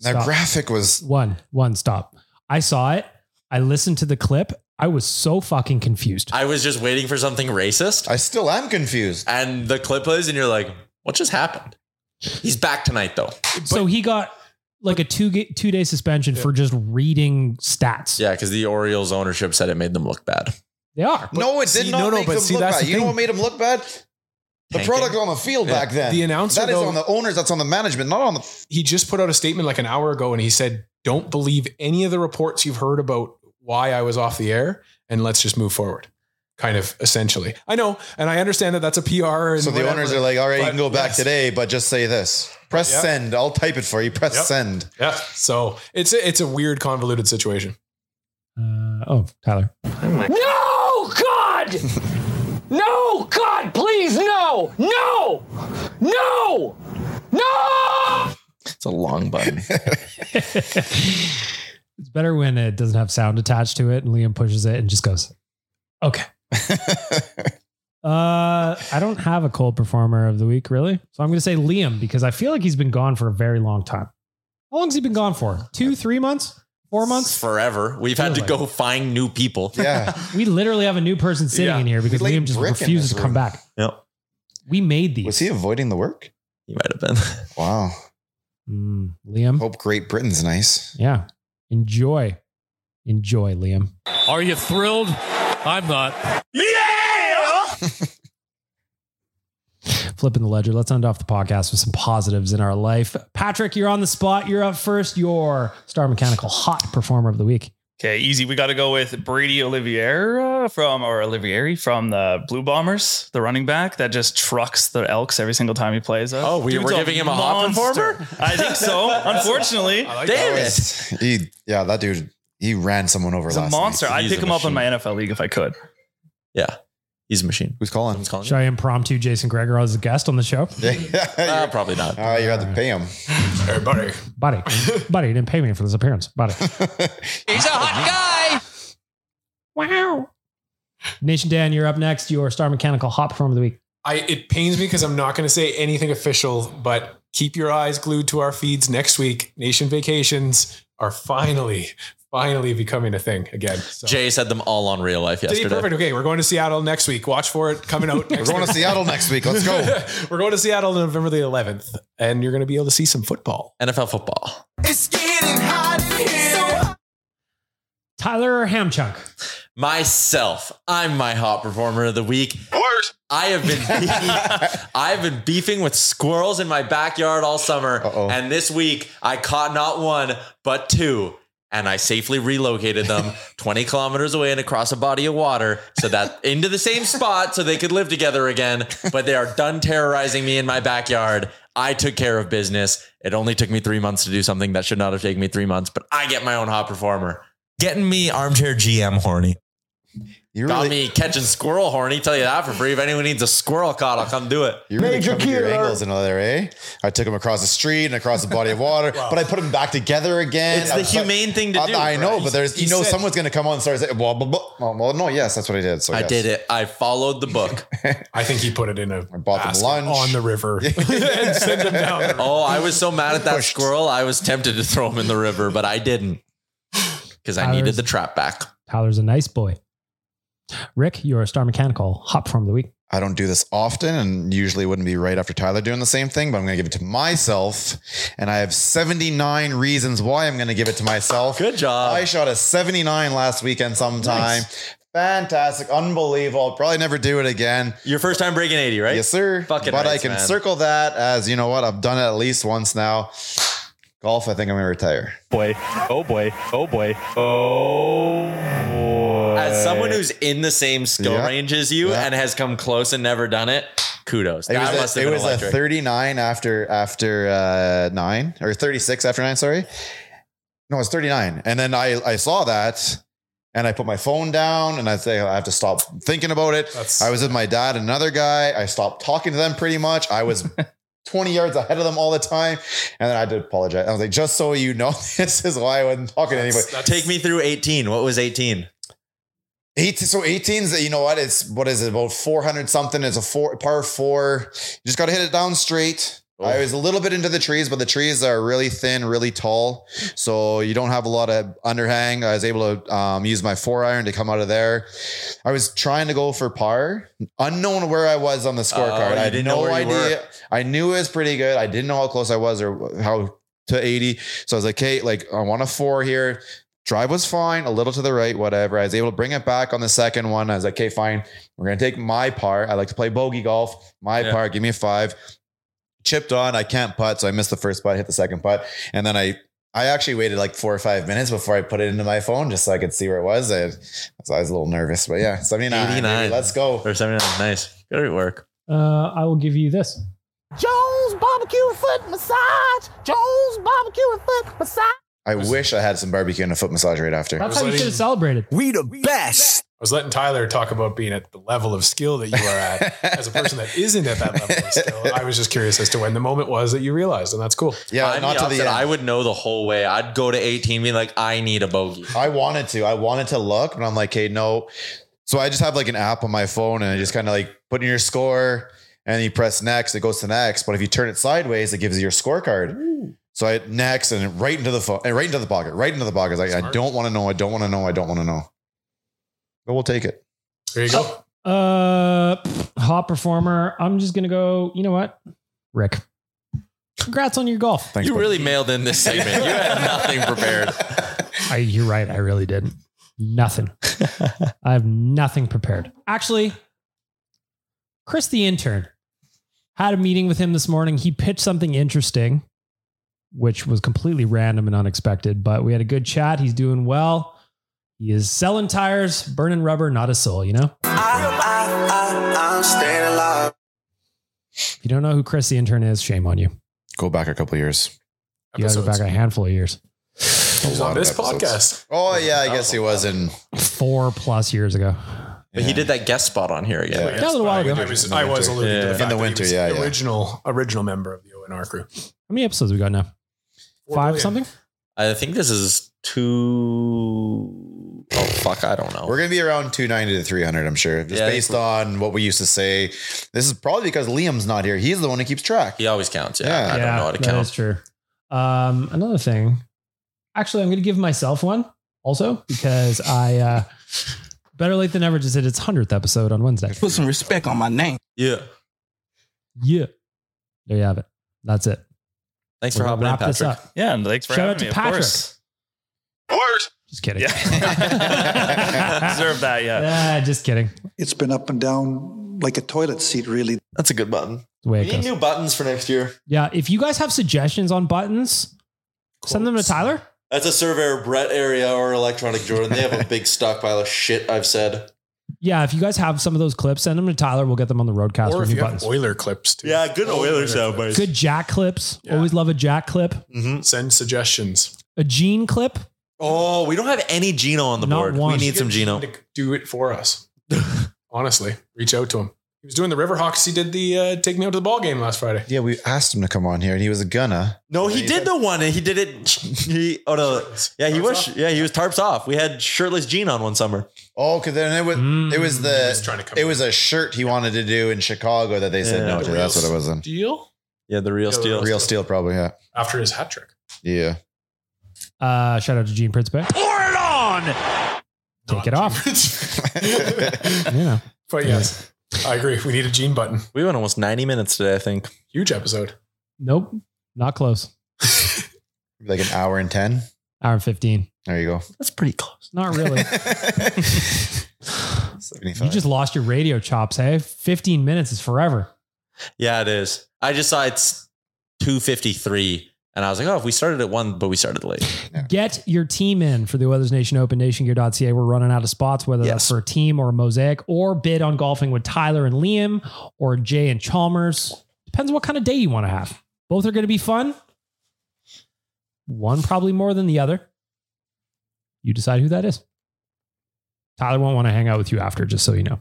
That
Stop.
graphic was
One, one, stop. I saw it. I listened to the clip. I was so fucking confused.
I was just waiting for something racist,
I still am confused.
and the clip plays, and you're like, "What just happened?" He's back tonight, though.
so he got like a two ga- two day suspension for just reading stats.
Yeah, because the Orioles ownership said it made them look bad.
They are.
no, it did
see,
not
no, no,
make
but
him
see,
look
that's
bad.
the
You know
thing.
what made him look bad? The
Tanking.
product on the field
Yeah.
back then.
The announcer,
That is
though-
on the owners. That's on the management, not on the
he just put out a statement like an hour ago and he said, Don't believe any of the reports you've heard about why I was off the air and let's just move forward. Kind of essentially. I know. And I understand that that's a PR. And
So the
whatever.
owners are like, all right, you
But
can go back
yes.
today, but just say this. Press
Yep.
send. I'll type it for you. Press
Yep.
send.
Yeah. So it's a, it's a weird, convoluted situation.
Uh, oh, Tyler.
No, God! No, God, please, no! No! No! No!
It's a long button.
It's better when it doesn't have sound attached to it, and Liam pushes it and just goes, "Okay." Uh, I don't have a cold performer of the week, really. So I'm going to say Liam because I feel like he's been gone for a very long time. How long's he been gone for? Two, three months, four months? Oh
forever. We've had to
Really?
go find new people.
(laughs)
yeah.
We literally have a new person sitting
Yeah.
in here because
We laid
Liam just
brick in
refuses
this
to come
room.
back.
Yep.
We made these.
Was he avoiding the work?
You might have been. (laughs)
Wow.
Mm, Liam.
Hope Great Britain's nice.
Yeah. Enjoy. Enjoy, Liam.
Are you thrilled? I'm not.
Flipping the ledger. Let's end off the podcast with some positives in our life. Patrick, you're on the spot. You're up first. Your Star Mechanical Hot Performer of the Week.
Okay, easy. We got to go with Brady Oliviera from or Olivieri from the Blue Bombers, the running back that just trucks the Elks every single time he plays. us.
Oh, we
Dude's
were giving him a hot
monster.
performer?
I
(laughs)
think so. Unfortunately,
Damn
That
it.
was- (laughs) He, yeah, that dude, he ran someone over
he's a
last
monster.
night.
I'd
He's
pick
a
him up in my
machine.
NFL league if I could.
Yeah. He's a machine.
Who's calling?
Someone's calling
Should I impromptu Jason Gregor as a guest on the show?
(laughs) Yeah,
you? Uh,
you're-
probably not.
all right, you had to pay him. (laughs)
Everybody.
Buddy, buddy, you didn't pay me for this appearance. Buddy.
He's a hot guy.
Wow. Nation Dan, you're up next. Your Star Mechanical Hot Performer of the Week.
I it pains me because I'm not going to say anything official, but keep your eyes glued to our feeds next week. Nation vacations are finally, finally becoming a thing again. So.
Jay said them all on real life
Dave,
yesterday.
perfect. Okay, we're going to Seattle next week. Watch for it
(laughs)
coming out.
We're
Next
going to
week.
Seattle next week. Let's go.
(laughs) we're going to Seattle November the 11th, and you're going to be able to see some football.
NFL football.
It's getting hot in here.
Tyler or Hamchunk?
Myself, I'm my hot performer of the week. I have been (laughs) I've been beefing with squirrels in my backyard all summer,
Uh-oh.
and this week I caught not one but two, and I safely
(laughs)
relocated them 20 kilometers away and across a body of water, so that into the same spot, so they could live together again. But they are done terrorizing me in my backyard. I took care of business. It only took me three months to do something that should not have taken me three months, but I get my own hot performer. Getting me armchair GM horny.
You
Got
really,
me catching squirrel horny. Tell you that for free. If anyone needs a squirrel caught, I'll come do it.
you really covered your angles in there, eh? I took him across the street and across the body of
(laughs)
water, but I put him back together again.
It's
I
the
put-
humane thing to
I,
do.
I know,
right?
but there's
He
you know
said-
someone's gonna come on and start saying blah blah blah. Oh, well, no, yes, that's what I did. So
I
yes.
did it. I followed
(laughs)
the book.
I think he put it in a I
bought them lunch.
on the
(laughs)
river (laughs) and sent him down. the river.
Oh, I was so mad at that
Pushed.
squirrel. I was tempted to throw him in the river, but I didn't because I needed
Tyler's-
the trap back.
Tyler's a nice boy. Rick, your Star Mechanical Hot Performer of the Week.
I don't do this often and usually wouldn't be right after Tyler doing the same thing, but I'm going to give it to myself. And I have 79 reasons why I'm going to give it to myself.
Good job.
I shot a 79 last weekend sometime. Fantastic. Unbelievable. I'll probably never do it again.
Your first time breaking 80, right?
Yes, sir.
Fucking
but I
nice,
can
man.
circle that as you know what? I've done it at least once now. Golf, I think I'm going to retire.
As someone who's in the same skill
Yeah.
range as you
Yeah.
and has come close and never done it, kudos.
It
that
was,
must
a,
have
it
been
was a
electric.
39 after after uh, nine or 36 after nine. Sorry, no, it's 39. And then I I saw that and I put my phone down and I say I have to stop thinking about it. I was with my dad and another guy. I stopped talking to them pretty much. I was 20 yards ahead of them all the time. And then I did apologize. I was like, just so you know, (laughs) this is why I wasn't talking to anybody.
Take me through 18. What was 18?
18 so 18s you know what it's what is it about 400 something it's a four par four you just got to hit it down straight i
Oh.
was a little bit into the trees but the trees are really thin really tall so you don't have a lot of underhang i was able to um, use my four iron to come out of there i was trying to go for par unknown where i was on the scorecard
Oh, you
i had
didn't know
no
where you
idea
were.
I knew it was pretty good. I didn't know how close I was or how to 80. So I was like, hey, like I want a four here. Drive was fine, a little to the right, whatever. I was able to bring it back on the second one. I was like, okay, fine. We're going to take my par. I like to play bogey golf. My par, give me a five. Chipped on. I can't putt. So I missed the first putt, hit the second putt. And then I, I actually waited like four or five minutes before I put it into my phone just so I could see where it was. I, so I was a little nervous, but yeah, 79. baby,
89.
Let's go.
Or 79. Nice. Good work.
Uh, I will give you this.
Joe's barbecue and foot massage. Joe's barbecue and foot massage.
I wish I had some barbecue and a foot massage right after.
That's how you should have celebrated.
We the best. I was letting Tyler talk about being at the level of skill that you are at as a person that isn't at that level of skill. I was just curious as to when the moment was that you realized, and that's cool.
Uh,
I'm opposite. I would know the whole way. I'd go to 18, be like, I need a bogey.
I wanted to. I wanted to look, but I'm like, hey, no. So I just have like an app on my phone and I just kind of like put in your score and you press next, it goes to next. But if you turn it sideways, it gives you your scorecard. So I hit next and right into the phone and right into the pocket, right into the pocket. Like, I don't want to know. I don't want to know. I don't want to know. But we'll take it.
There you go.
Uh, hot performer. I'm just gonna go. You know what? Rick. Congrats on your golf.
you really mailed in this segment.
(laughs)
You had nothing prepared.
I, you're right. I really did nothing. I have nothing prepared. Actually, Chris the intern had a meeting with him this morning. He pitched something interesting, which was completely random and unexpected, but we had a good chat. He's doing well. He is selling tires, burning rubber, not a soul, you know?
I'm staying alive.
If you don't know who Chris the intern is, shame on you.
Go back a couple years.
You gotta go back
Episodes.
a handful of years.
A lot
on
of
this
episodes.
podcast.
Oh, yeah. I guess he was in.
Four plus years ago.
But he did that guest spot on here again.
That was a while ago.
I was, I was alluding to
Yeah.
the
In
fact
the
that he
winter,
was
yeah,
the
yeah.
Original, original member of the ONR crew.
How many episodes we got now? Five something?
I think this is two. Oh, fuck. I don't know.
We're going to be around 290 to 300, I'm sure. Just
Yeah, I
based
think
on what we used to say. This is probably because Liam's not here. He's the one who keeps track.
He always counts. Yeah. I don't know how to
that
count.
is true. Um, another thing. Actually, I'm going to give myself one also because I uh, better late than never just did its hundredth episode on Wednesday.
Put some respect on my name.
Yeah.
Yeah, there you have it. That's it.
Thanks
We're
for
gonna
hopping in,
wrap this
Patrick.
up.
Yeah, and thanks for
Shout
having
out to
me.
Patrick.
Of course.
Just kidding. (laughs)
Yeah. Deserve that, yeah.
Ah, just kidding.
It's been up and down like a toilet seat, really.
That's a good button.
The way
We
it
need
goes.
new buttons for next year.
Yeah, if you guys have suggestions on buttons, send them to Tyler.
That's a surveyor Brett area or electronic Jordan. They have
(laughs)
a big stockpile of shit I've said.
Yeah, if you guys have some of those clips, send them to Tyler. We'll get them on the roadcast
Or if
with new
you
buttons.
have Oiler clips too.
Yeah, good Oilers sound bites.
Oh, Good jack clips. Always love a jack clip.
Mm-hmm. Send suggestions.
A jean clip.
Oh, we don't have any Gino on the
Not
board.
one.
We need some Gino.
To do it for
(laughs)
us. Honestly, reach out to him. He was doing the Riverhawks. He did the uh, take me out to the ball game last Friday.
Yeah, we asked him to come on here and he was gonna.
No, he did the one and he did it. He, oh no, yeah, he was. Yeah, he was tarps off. We had shirtless Gene on one summer.
Oh, because then it was
Mm.
it was the
come
it was a shirt he wanted to do in Chicago that they said
Yeah.
no to.
The
That's
real
what it was in.
Deal
Yeah, the real
Yeah, the
steel.
Real steel, probably. Yeah,
after his hat trick.
(laughs)
yeah. (laughs)
Uh, shout out to Gene Principe.
Pour it on!
Take it
(laughs)
off.
but
You know.
yes, I agree. We need a Gene button.
We went almost ninety minutes today. I think.
Huge episode.
Nope, not close.
Like an hour and ten.
Hour and fifteen.
There you go.
That's pretty close.
Not
(laughs)
(laughs)
really. you
75.
just lost your radio chops. Hey, fifteen minutes is forever.
Yeah, it is. I just saw it's two fifty three, and I was like, oh, if we started at one, but we started late.
Get your team in for the Weathers Nation Open. NationGear.ca. We're running out of spots, whether that's
Yes.
for a team or a mosaic, or bid on golfing with Tyler and Liam or Jay and Chalmers. Depends what kind of day you want to have. Both are going to be fun. One probably more than the other. You decide who that is. Tyler won't want to hang out with you after, just so you know.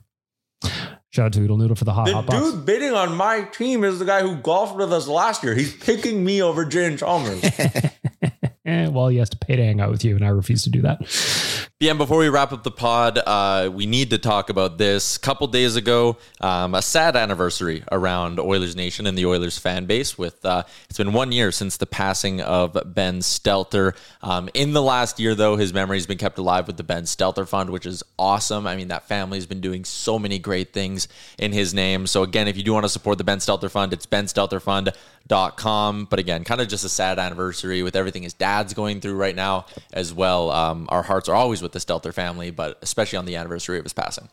Shout out to Oodle Noodle for
Ah,
the hot
The
hot box.
dude bidding on my team is the guy who golfed with us last year. He's picking me over Jan Chalmers.
Eh, well, he has to pay to hang out with you, and I refuse to do that.
(laughs) Yeah, and before we wrap up the pod, uh, we need to talk about this. A couple days ago, um, a sad anniversary around Oilers Nation and the Oilers fan base. With uh, it's been one year since the passing of Ben Stelter. Um, in the last year, though, his memory has been kept alive with the Ben Stelter Fund, which is awesome. I mean, that family has been doing so many great things in his name. So again, if you do want to support the Ben Stelter Fund, it's benstelterfund.com. But again, kind of just a sad anniversary with everything his dad's going through right now as well. Um, our hearts are always with the Stelter family, but especially on the anniversary of his passing.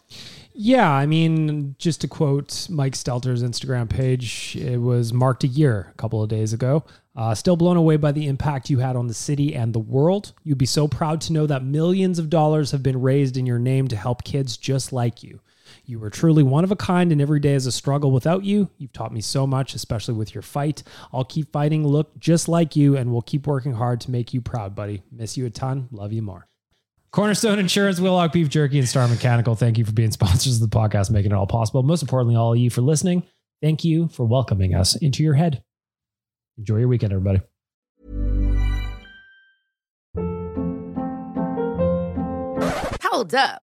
Yeah, I mean, just to quote Mike Stelter's Instagram page, it was marked a year a couple of days ago. Uh, still blown away by the impact you had on the city and the world. You'd be so proud to know that millions of dollars have been raised in your name to help kids just like you. You were truly one of a kind, and every day is a struggle without you. You've taught me so much, especially with your fight. I'll keep fighting, look just like you, and we'll keep working hard to make you proud, buddy. Miss you a ton. Love you more. Cornerstone Insurance, Willock Beef Jerky, and Star Mechanical. Thank you for being sponsors of the podcast, making it all possible. Most importantly, all of you for listening. Thank you for welcoming us into your head. Enjoy your weekend, everybody.
Hold up.